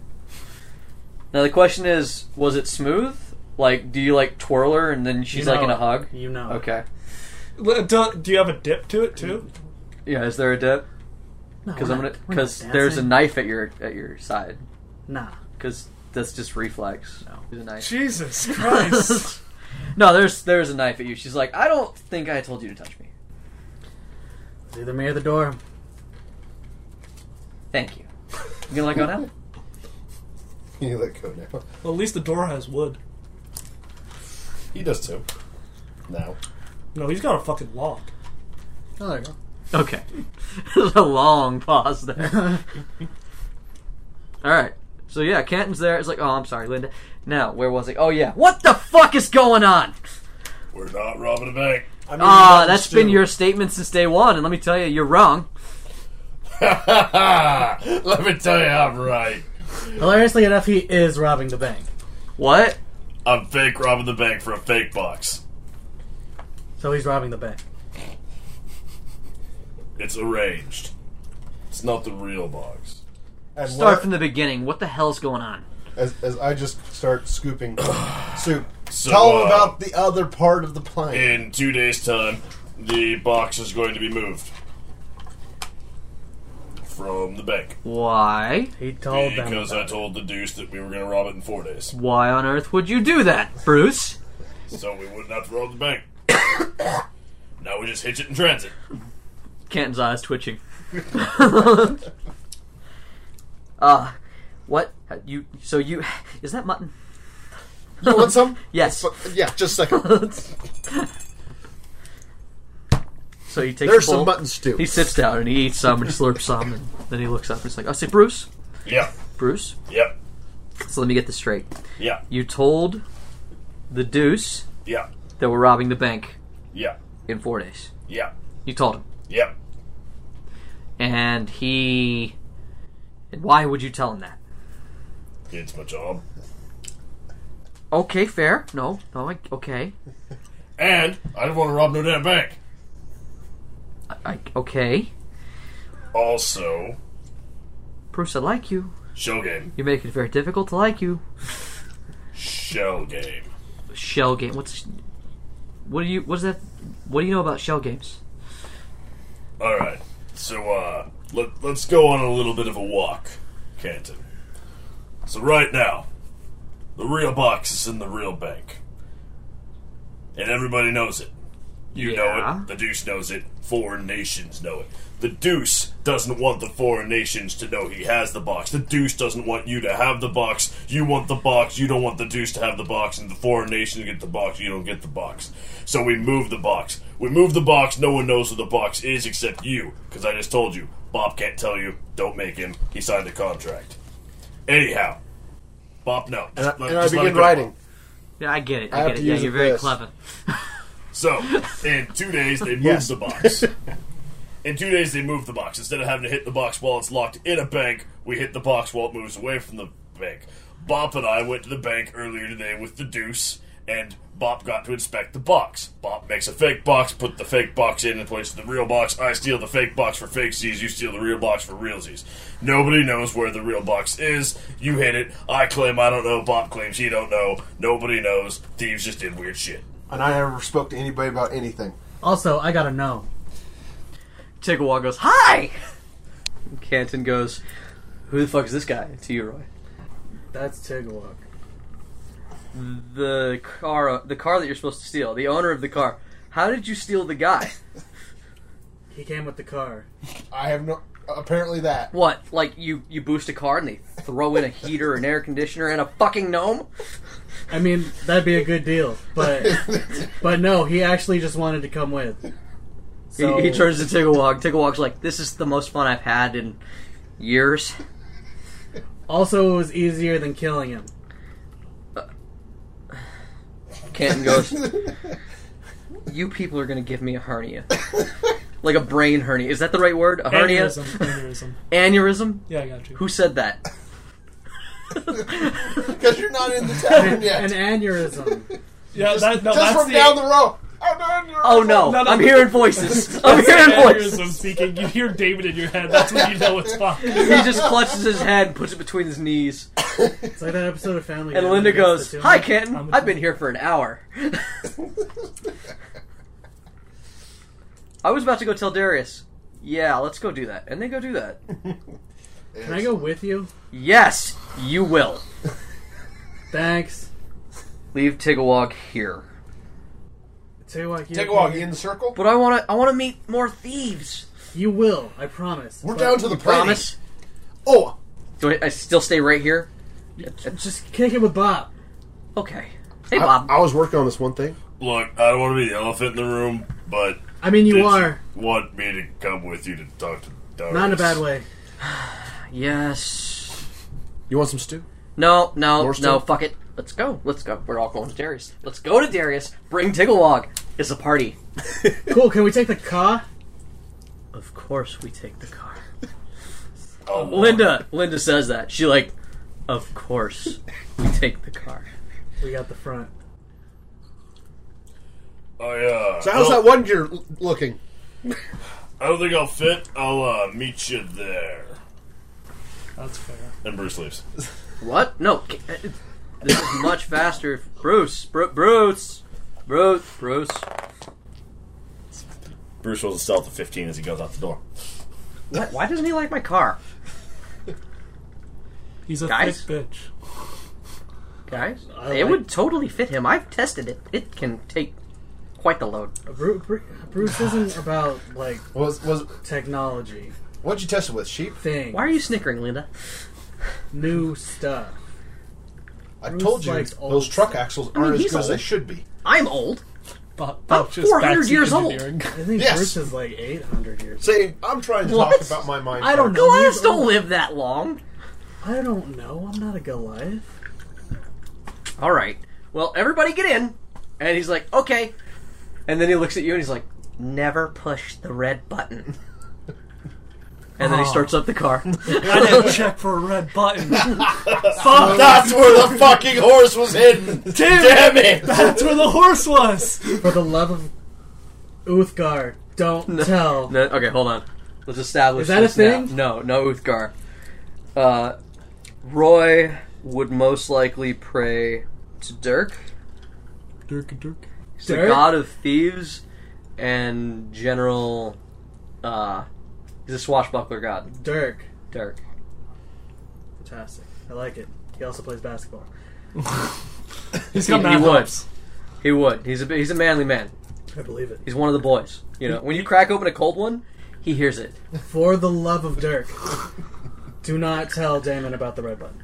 Now the question is, was it smooth? Like, do you like twirl her and then she's
You
like in
know
a hug?
it. You know. it.
Okay.
L- Do, do you have a dip to it too?
Yeah, is there a dip?
No,
Because
we're
I'm gonna.
not- we're not
Because there's a
dancing.
knife at your at your side.
Nah.
Because that's just reflex. No, there's a knife.
Jesus Christ.
No, there's there's a knife at you. She's like, I don't think I told you to touch me.
It's either me or the door.
Thank you. You gonna let go now?
you let go now.
well, at least the door has wood.
He does too. Now.
No, he's got a fucking lock.
Oh, there you go.
Okay. There's a long pause there. All right. So yeah, Canton's there. It's like, oh, I'm sorry, Linda. Now, where was it? Oh yeah, what the fuck is going on?
We're not robbing a bank.
Ah, that's been your statement since day one, and let me tell you, you're wrong.
Let me tell you, I'm right.
Hilariously enough, he is robbing the bank.
What?
I'm fake robbing the bank for a fake box.
So he's robbing the bank.
It's arranged. It's not the real box.
And
Start
what-
from the beginning. What the hell's going on?
as, as I just start scooping soup.
So,
Tell
uh,
him about the other part of the plan.
In two days' time, the box is going to be moved from the bank
Why?
He told them.
because
about
I told the deuce that we were going to rob it in four days,
Why on earth would you do that, Bruce?
so we wouldn't have to rob the bank. now we just hitch it in transit.
Canton's eyes twitching. uh, what? You? So you? Is that mutton?
You want some?
Yes.
But- yeah, just a second.
so he takes.
There's
a bowl,
some mutton stew.
He sits down and he eats some and slurps some, and then he looks up and he's like, "I say, Bruce,
Yeah,
Bruce.
yeah,
So let me get this straight.
yeah,
You told the Deuce
yeah,
that we're robbing the bank
yeah,
in four days.
yeah,
You told him,
yeah.
and he. And why would you tell him that?
It's my job.
Okay, fair. No, no, I, okay,
And I don't want to rob no damn bank.
I, okay.
Also,
Bruce, I like you.
shell game.
You make it very difficult to like you.
Shell game.
Shell game. What's what do you? What's that? What do you know about shell games?
All right. So uh, let let's go on a little bit of a walk, Canton. So right now, the real box is in the real bank, and everybody knows it. You know
Yeah.
it. The Deuce knows it. Foreign nations know it. The Deuce doesn't want the foreign nations to know he has the box. The Deuce doesn't want you to have the box. You want the box. You don't want the Deuce to have the box. And the foreign nation get the box. You don't get the box. So we move the box. We move the box. No one knows where the box is except you. Because I just told you. Bob can't tell you. Don't make him. He signed a contract. Anyhow. Bob, no.
and I,
Just let-
and I
just let it
begin
go.
writing.
Yeah, I get it.
I
I,
have
get it.
to
Yeah,
use
you're
it
very
this.
clever.
So, in two days, they moved
Yes.
the box. In two days, they moved the box. Instead of having to hit the box while it's locked in a bank, we hit the box while it moves away from the bank. Bop and I went to the bank earlier today with the deuce, and Bop got to inspect the box. Bop makes a fake box, put the fake box in in place of the real box. I steal the fake box for fake Z's, you steal the real box for real Z's. Nobody knows where the real box is. You hit it. I claim I don't know. Bop claims he don't know. Nobody knows. Thieves just did weird shit.
And I never spoke to anybody about anything.
Also, I gotta know.
Tigawad goes, "Hi."
Canton goes, Who the fuck is this guy? To you, Roy.
That's Tigawak.
the car, the car that you're supposed to steal, the owner of the car. How did you steal the guy?
He came with the car.
I have no. Apparently that.
What? Like you you boost a car and they throw in a heater, an air conditioner, and a fucking gnome?
I mean, that'd be a good deal, but but no, he actually just wanted to come with. So
he, he turns to Tigglewog. Tigglewog's like, "This is the most fun I've had in years."
also, it was easier than killing him.
Canton goes, "You people are gonna give me a hernia, like a brain hernia. Is that the right word? A hernia?
Aneurysm. Aneurysm.
Aneurysm?
Yeah, I got you.
Who said that?
Because you're not in the tavern yet.
An aneurysm.
yeah, that, no,
Just
that's
from
the,
down the road. I'm on your-
Oh no!
No, no.
I'm hearing voices. I'm
that's the
hearing voices."
aneurysm speaking. You hear David in your head. That's when you know it's
He
fine.
just clutches his head, puts it between his knees,
It's like that episode of Family Guy.
and Linda
when he gets
goes,
the
"Hi,
tumor.
Canton. I've been here for an hour." I was about to go tell Darius. Yeah, let's go do that, and they go do that.
Can I go with you?
Yes, you will.
Thanks.
Leave Tigawog here.
Tell you what, you,
Take a walk. You in the circle?
But I want to. I want to meet more thieves.
you will. I promise.
We're
But
down to the plating.
Promise.
Oh,
Do I, I still stay right here?
Just kick it with Bob.
Okay. Hey,
I,
Bob.
I was working on this one thing.
Look, I don't want to be the elephant in the room, but
I mean, you
did
are
want me to come with you to talk to Darius?
not in a bad way.
yes.
You want some stew?
No, no,
More
no.
still?
Fuck it. Let's go. Let's go. We're all going to Darius. Let's go to Darius. Bring Tigawog. It's a party.
Cool. Can we take the car?
Of course, we take the car.
Oh, Lord.
Linda. Linda says that. She like. Of course, we take the car.
We got the front.
I, uh,
So how's
well,
that one you're l- looking?
I don't think I'll fit. I'll uh, meet you there.
That's fair.
And Bruce leaves.
What? No. c- This is much faster. if- Bruce. Bru- Bruce. Bruce. Bruce.
Bruce rolls a stealth of 15 as he goes out the door.
What? Why doesn't he like my car?
He's a
Guys?
thick bitch.
Guys,
I
it
like-
would totally fit him. I've tested it. It can take quite the load.
Uh, Bru- Bru- Bruce isn't about like
was was
technology
what'd you test it with? Sheep.
thing.
Why are you snickering, Linda?
New stuff.
I
Bruce
told you
likes old
those truck
stuff.
axles
mean,
aren't as
he's
good as they
old.
should be.
I'm old.
Bob,
I'm 400 years old.
I think
Yes.
Bruce is like 800 years.
Say, I'm trying to
What?
talk about my mind.
I don't know.
Goliaths
He's
don't
old.
live that long.
I don't know. I'm not a Goliath.
All right. Well, everybody get in. And he's like, okay. And then he looks at you and he's like, never push the red button. And then he
Oh.
starts up the car.
I didn't check for a red button. Fuck!
That's where the fucking horse was hidden! Damn it!
That's where the horse was.
For the love of Uthgar, don't tell.
No, okay, hold on. Let's establish.
Is that a
this now.
thing?
No, no, Uthgar. Uh, Roy would most likely pray to Dirk,
Dirk, Dirk.
He's the
Dirk?
god of thieves and general. Uh, he's a swashbuckler god,
Dirk.
Dirk.
Fantastic. I like it. He also plays basketball.
He's
He-
got
he
mad
would.
hopes.
He would. He's a he's a manly man.
I believe it.
He's one of the boys. You know, when you crack open a cold one, he hears it.
For the love of Dirk, do not tell Damon about the red button.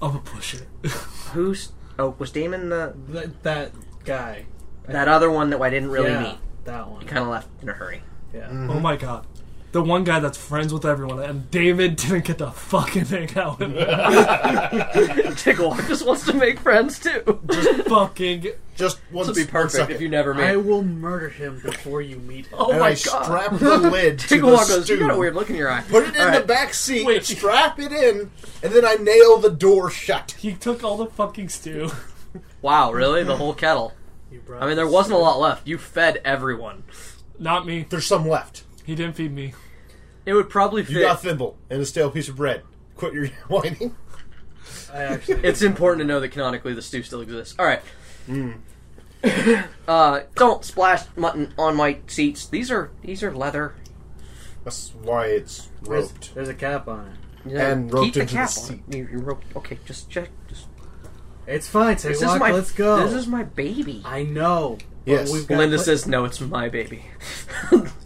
I'm a pusher.
Who's? Oh, was Damon the
Th- that guy.
that other one that I didn't really
yeah,
meet?
that one.
Kind of left in a hurry.
Yeah.
Oh my god. The one guy that's friends with everyone, and David didn't get to fucking hang out with him.
Tickle just wants to make friends too.
fucking.
Just one,
This would be
one
perfect
second.
if you never made.
I will murder him before you meet him.
oh
and
my
I
god!
strap the lid to
Tickle
the
Walk goes.
stew.
You got a weird look in your eye.
Put it in
Alright.
the back seat,
Wait.
strap it in, and then I nail the door shut.
He took all the fucking stew.
Wow, really? The whole kettle.
You brought
I mean, there
us-
wasn't a lot left. You fed everyone.
Not me.
There's some left.
He didn't feed me.
It would probably
You
fit.
got a thimble and a stale piece of bread. Quit your whining.
I actually.
it's important to know that canonically the stew still exists. All right.
Mm.
uh, don't splash mutton on my seats. These are these are leather.
That's why it's
there's,
roped.
there's a cap on it.
Yeah,
And roped
Uh, keep
into the
cap on
seat.
it. You, you roped. Okay, just check. Just
It's fine. Take
This
a
is
walk.
my.
Let's go.
This is my baby.
I know. but
Yes.
we've gotta
Linda
put-
says no. It's my baby.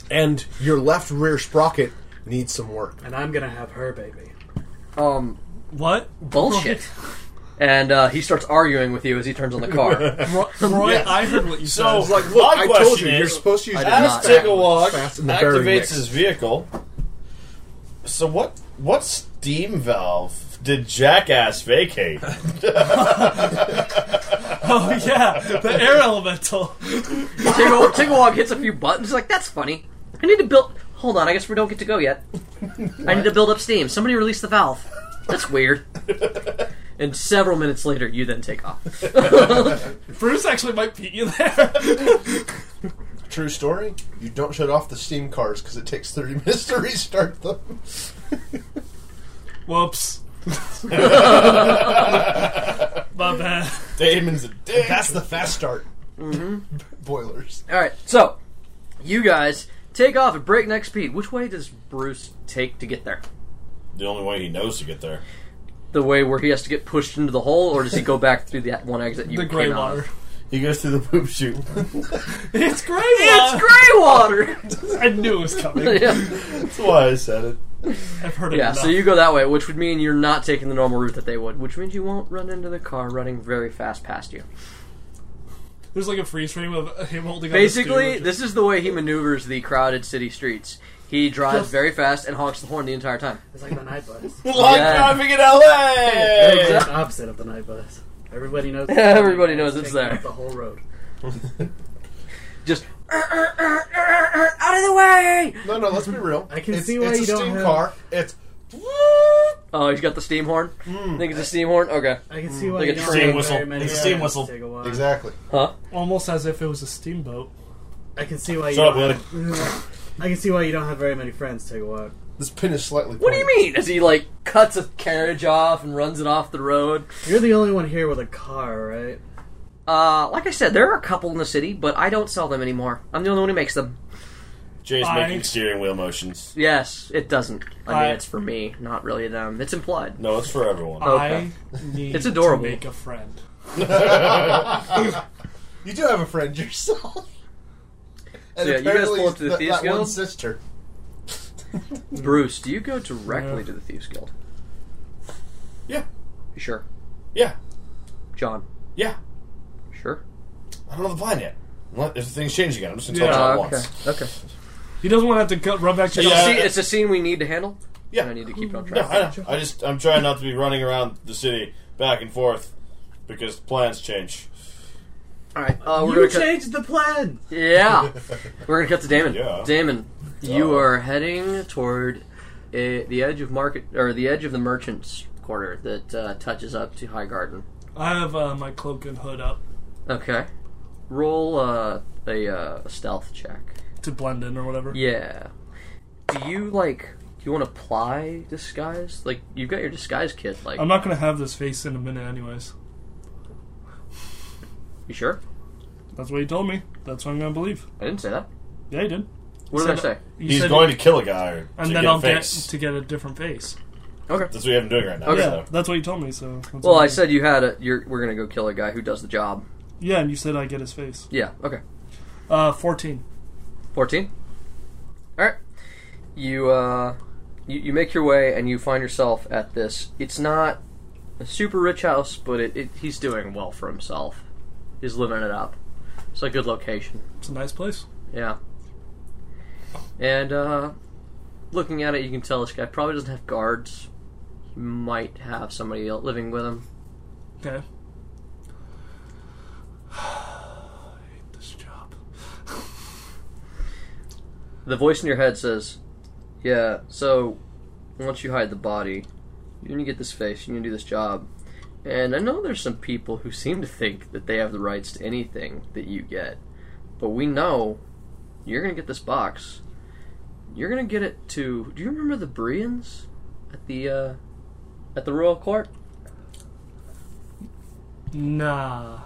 And your left rear sprocket needs some work.
and I'm gonna have her baby.
um,
What?
bullshit. and uh, he starts arguing with you as he turns on the car.
Ro- Roy,
Yes.
I heard what you
So,
said.
like, look,
I
my
told you,
question is,
you're supposed to use
I
your
did
As
not.
fast-
take a walk,
fast in the berry
activates
mix.
his vehicle. So what? What steam valve did Jackass vacate?
oh yeah, the air elemental.
Tiggle, Tigglewog hits a few buttons. He's like, "That's funny. I need to build. Hold on. I guess we don't get to go yet. I need to build up steam. Somebody release the valve. That's weird." and several minutes later, you then take off.
Bruce actually might beat you there.
True story. You don't shut off the steam cars because it takes thirty minutes to restart them.
Whoops. My bad.
Damon's a dick.
That's the fast start. Boilers.
All right, so you guys take off at breakneck speed. Which way does Bruce take to get there?
The only way he knows to get there.
The way where he has to get pushed into the hole, or does he go back through that one exit you
The
came
gray
out of?
water.
He goes through the poop chute.
It's gray water.
It's gray water.
I knew it was coming.
yeah.
That's why I said it.
I've heard it.
yeah.
enough.
So you go that way, which would mean you're not taking the normal route that they would, which means you won't run into the car running very fast past you.
There's like a freeze frame of him holding. on to
Basically,
Stu, which
this is the way he maneuvers the crowded city streets. He drives very fast and honks the horn the entire time.
It's like the night bus.
Like
Yeah.
driving in L.A.
It's the opposite of the night bus. Everybody knows.
Everybody knows it's
taking up
there.
The whole road.
Just "Er, er, er, er, er, out of the way.
No, no. Let's be real.
I can
it's,
see why
it's
you
a
don't
steam
have-
car. It's
Oh, he's got the steam horn. Think it's a steam horn. Okay.
I can see why
Like
you
a
don't
steam
have
whistle.
very many
It's a steam
roads
whistle.
to take a walk.
exactly.
Huh?
almost as if it was a steamboat.
I can see why you.
Shut up,
don't have, I can see why you don't have very many friends to take a walk.
This pin is slightly.
What do you mean? As he like cuts a carriage off and runs it off the road.
You're the only one here with a car, right?
Uh, like I said, there are a couple in the city, but I don't sell them anymore. I'm the only one who makes them.
Jay's
I-
making steering wheel motions.
Yes, it doesn't. I mean,
I-
it's for me, not really them. It's implied.
No, it's for everyone.
Oh.
Okay.
I need
It's adorable.
to make a friend.
You do have a friend yourself. And
Yeah, you guys
apparently
pull up to the
that-
Thieves
that one
Guild?
sister.
Bruce, do you go directly
Yeah.
to the Thieves Guild?
Yeah,
You sure.
yeah,
John,
yeah.
you sure.
I don't know the plan yet. Unless- If things change again, I'm just gonna
Yeah.
tell
Uh,
John
okay.
once.
Okay.
He doesn't want to have to go, run back to.
Yeah.
See, it's a scene we need to handle.
Yeah,
And I need to keep it on
No,
track.
I know. I just I'm trying not to be running around the city back and forth because plans change.
All right. Uh, we're
You
gonna cut-
changed the plan.
yeah. We're gonna cut to Damon.
Yeah.
Damon, you
Uh.
are heading toward eh, the edge of market or the edge of the merchants quarter that uh, touches up to High Garden.
I have uh, my cloak and hood up
Okay. Roll uh, a uh, stealth check.
to blend in or whatever.
Yeah. Do you like? Do you want to apply disguise? Like you've got your disguise kit. Like
I'm not gonna have this face in a minute, anyways.
you sure?
That's what he told me. That's what I'm gonna believe.
I didn't say that.
Yeah, he did.
What did I say?
You
He's
said-
going to kill a guy or to
and
get
then
a
I'll
face.
get to get a different face.
Okay.
That's what we have him doing right now.
Okay.
Yeah,
So.
that's what you told me. So. that's
Well,
what
I
did.
said you had a. You're, we're gonna go kill a guy who does the job.
Yeah, and you said I get his face.
Yeah. Okay.
Uh, fourteen.
14 all right you uh you, you make your way and you find yourself at this it's not a super rich house but it, it he's doing well for himself he's living it up it's a good location
It's a nice place.
yeah and uh looking at it you can tell this guy probably doesn't have guards he might have somebody else living with him
Okay. I hate this job.
the voice in your head says yeah so once you hide the body, you're gonna get this face, you're gonna do this job. And I know there's some people who seem to think that they have the rights to anything that you get, but we know you're gonna get this box. You're gonna get it to. Do you remember the Brians at the uh, at the royal court?
Nah.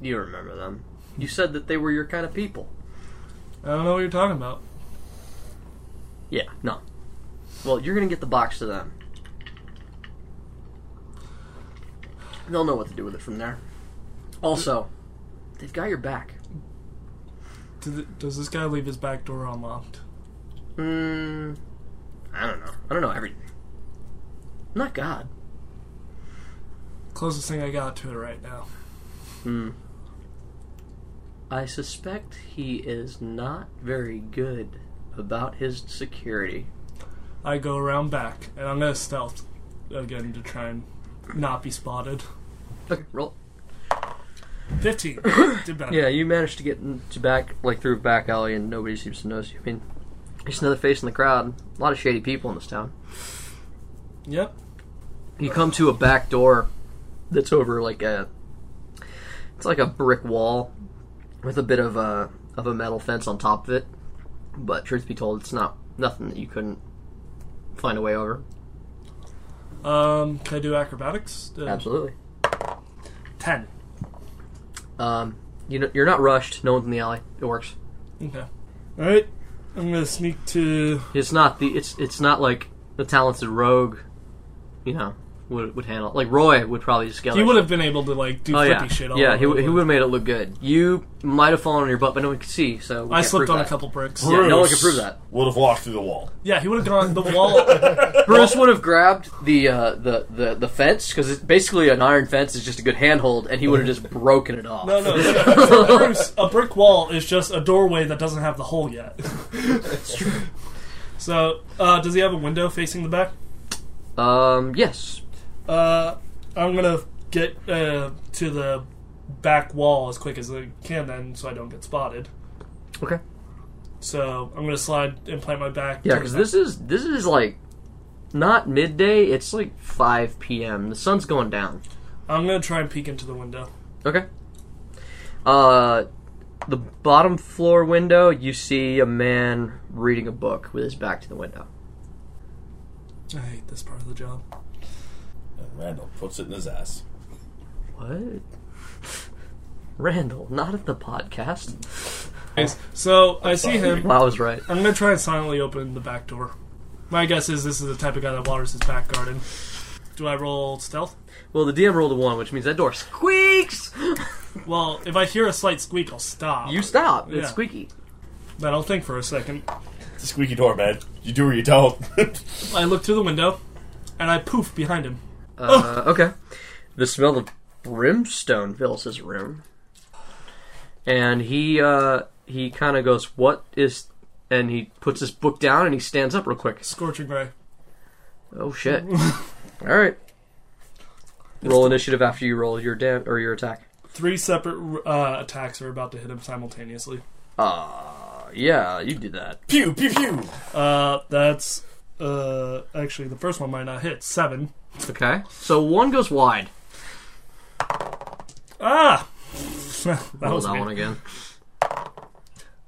You remember them? You said that they were your kind of people.
I don't know what you're talking about.
Yeah, no. Well, you're gonna get the box to them.
They'll know what to do with it from there. Also, they've got your back.
Does, it- does this guy leave his back door unlocked?
Mm, I don't know. I don't know everything. I'm not God.
Closest thing I got to it right now.
Hmm. I suspect he is not very good about his security.
I go around back, and I'm gonna stealth again to try and not be spotted.
Okay, roll.
15. Did better.
Yeah, you managed to get into back like through a back alley, and nobody seems to notice you. I mean, just another face in the crowd. A lot of shady people in this town.
Yep.
You come to a back door that's over like a it's like a brick wall with a bit of a of a metal fence on top of it. But truth be told, it's not nothing that you couldn't find a way over.
Um, can I do acrobatics? Uh,
Absolutely.
10.
Um, you know, you're not rushed. No one's in the alley. It works.
Okay. Alright. I'm gonna sneak to.
It's not the it's it's not like the talented rogue, you know, would would handle. Like Roy would probably just get.
He
like-
would have been able to, like, do
Oh
flippy
yeah,
shit all
yeah. He,
over
w-
the
he
place.
would have made it look good. You might have fallen on your butt, but no one could see. So we
I
can't
slipped
prove
on
that.
a couple bricks.
Yeah, no one
Bruce
can prove that.
Would have walked through the wall.
Yeah, he would have gone the wall.
Bruce would have grabbed the uh, the the the fence because basically an iron fence is just a good handhold, and he would have just broken it off.
No, no. so- Bruce, a brick wall is just a doorway that doesn't have the hole yet. So, uh, does he have a window facing the back?
Um, yes,
Uh, I'm gonna get uh, to the back wall as quick as I can, then, so I don't get spotted.
Okay.
So I'm gonna slide and plant my back.
yeah.
to the
Because
back.
this is this is like not midday. It's like five p.m. The sun's going down.
I'm gonna try and peek into the window.
Okay. Uh, the bottom floor window, you see a man reading a book with his back to the window.
I hate this part of the job.
And Randall puts it in his ass.
What? Randall, not at the podcast.
Anyways, So I see him.
Well, I was right.
I'm gonna try and silently open the back door. My guess is this is the type of guy that waters his back garden. Do I roll stealth?
Well, the DM rolled a one, which means that door squeaks.
Well, if I hear a slight squeak, I'll stop.
You stop.
Yeah.
It's squeaky.
Then I'll think for a second.
It's a squeaky door, man. You do or you don't.
I look through the window, and I poof behind him.
Uh, okay. The smell of brimstone fills his room, and he uh, he kind of goes, "What is?" And he puts his book down and he stands up real quick.
Scorching ray.
Oh shit! All right. Roll initiative after you roll your dam- or your attack.
Three separate uh, attacks are about to hit him simultaneously.
Uh, yeah, you do that.
pew pew pew.
Uh, that's uh, actually the first one might not hit seven.
Okay. So one goes wide.
Ah, that
roll
was
that
weird.
one again.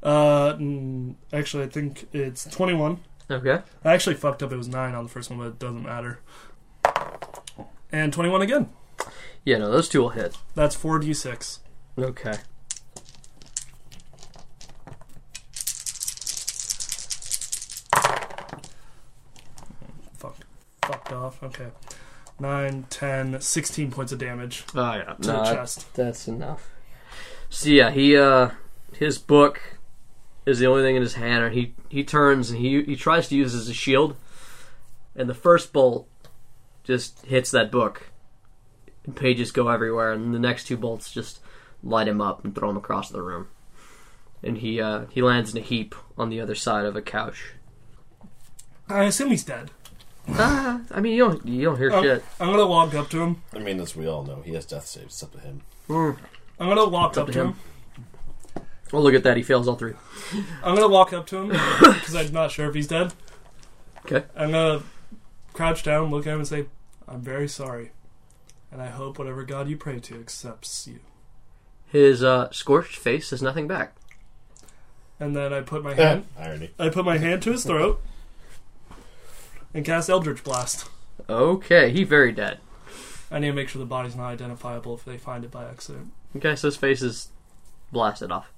Uh, mm, actually, I think it's twenty-one.
Okay.
I actually fucked up. It was nine on the first one, but it doesn't matter. And twenty-one again.
Yeah, no, those two will hit.
That's four d six.
Okay.
Fuck. Fucked off. Okay. Nine, ten, sixteen points of damage
Oh yeah.
to the chest.
That's enough. So yeah, he uh his book is the only thing in his hand and he he turns and he he tries to use it as a shield and the first bolt just hits that book. And pages go everywhere and the next two bolts just light him up and throw him across the room. And he uh he lands in a heap on the other side of a couch.
I assume he's dead.
Ah, I mean you don't you don't hear
Um,
shit.
I'm gonna walk up to him.
I mean, as we all know, he has death saves. It's up to him.
I'm gonna walk up,
to
to
him.
him.
Oh look at that, he fails all three.
I'm gonna walk up to him because I'm not sure if he's dead.
'Kay.
I'm gonna crouch down, look at him, and say, "I'm very sorry, and I hope whatever God you pray to accepts you."
His uh scorched face says nothing back.
And then I put my
Eh,
hand,
Irony.
I put my hand to his throat, and cast Eldritch Blast.
Okay, he very dead.
I need to make sure the body's not identifiable if they find it by accident.
Okay, so his face is blasted off.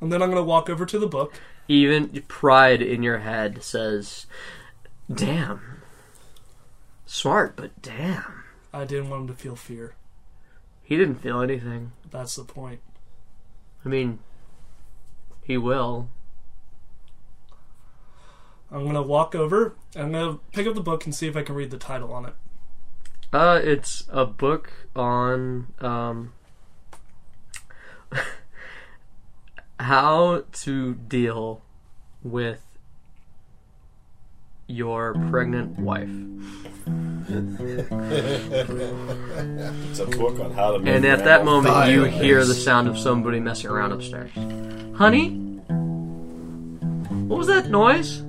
And then I'm gonna walk over to the book.
Even pride in your head says, "Damn, smart, but damn."
I I didn't want him to feel fear.
He didn't feel anything.
That's the point.
I mean, he will.
I'm gonna walk over. and I'm gonna pick up the book and see if I can read the title on it.
Uh, it's a book on um, how to deal with your pregnant wife,
It's a book on how to. make
and
an
at that
animal
moment
die.
you hear the sound of somebody messing around upstairs. Honey, what was that noise?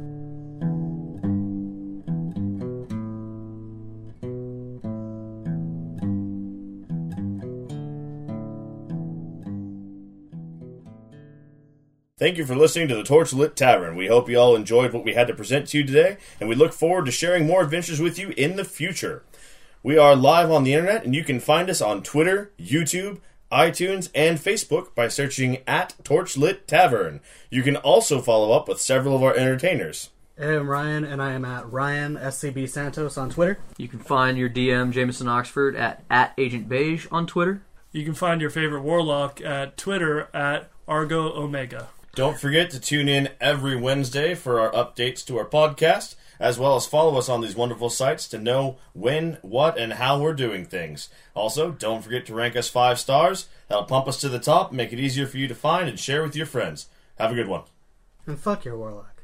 Thank you for listening to the Torchlit Tavern. We hope you all enjoyed what we had to present to you today, and we look forward to sharing more adventures with you in the future. We are live on the internet, and you can find us on Twitter, YouTube, iTunes, and Facebook by searching at Torchlit Tavern. You can also follow up with several of our entertainers.
I am Ryan, and I am at Ryan SCB Santos on Twitter.
You can find your DM Jameson Oxford at at Agent Beige on Twitter.
You can find your favorite warlock at Twitter at Argo Omega.
Don't forget to tune in every Wednesday for our updates to our podcast, as well as follow us on these wonderful sites to know when, what, and how we're doing things. Also, don't forget to rank us five stars. That'll pump us to the top, make it easier for you to find and share with your friends. Have a good one.
And fuck your warlock.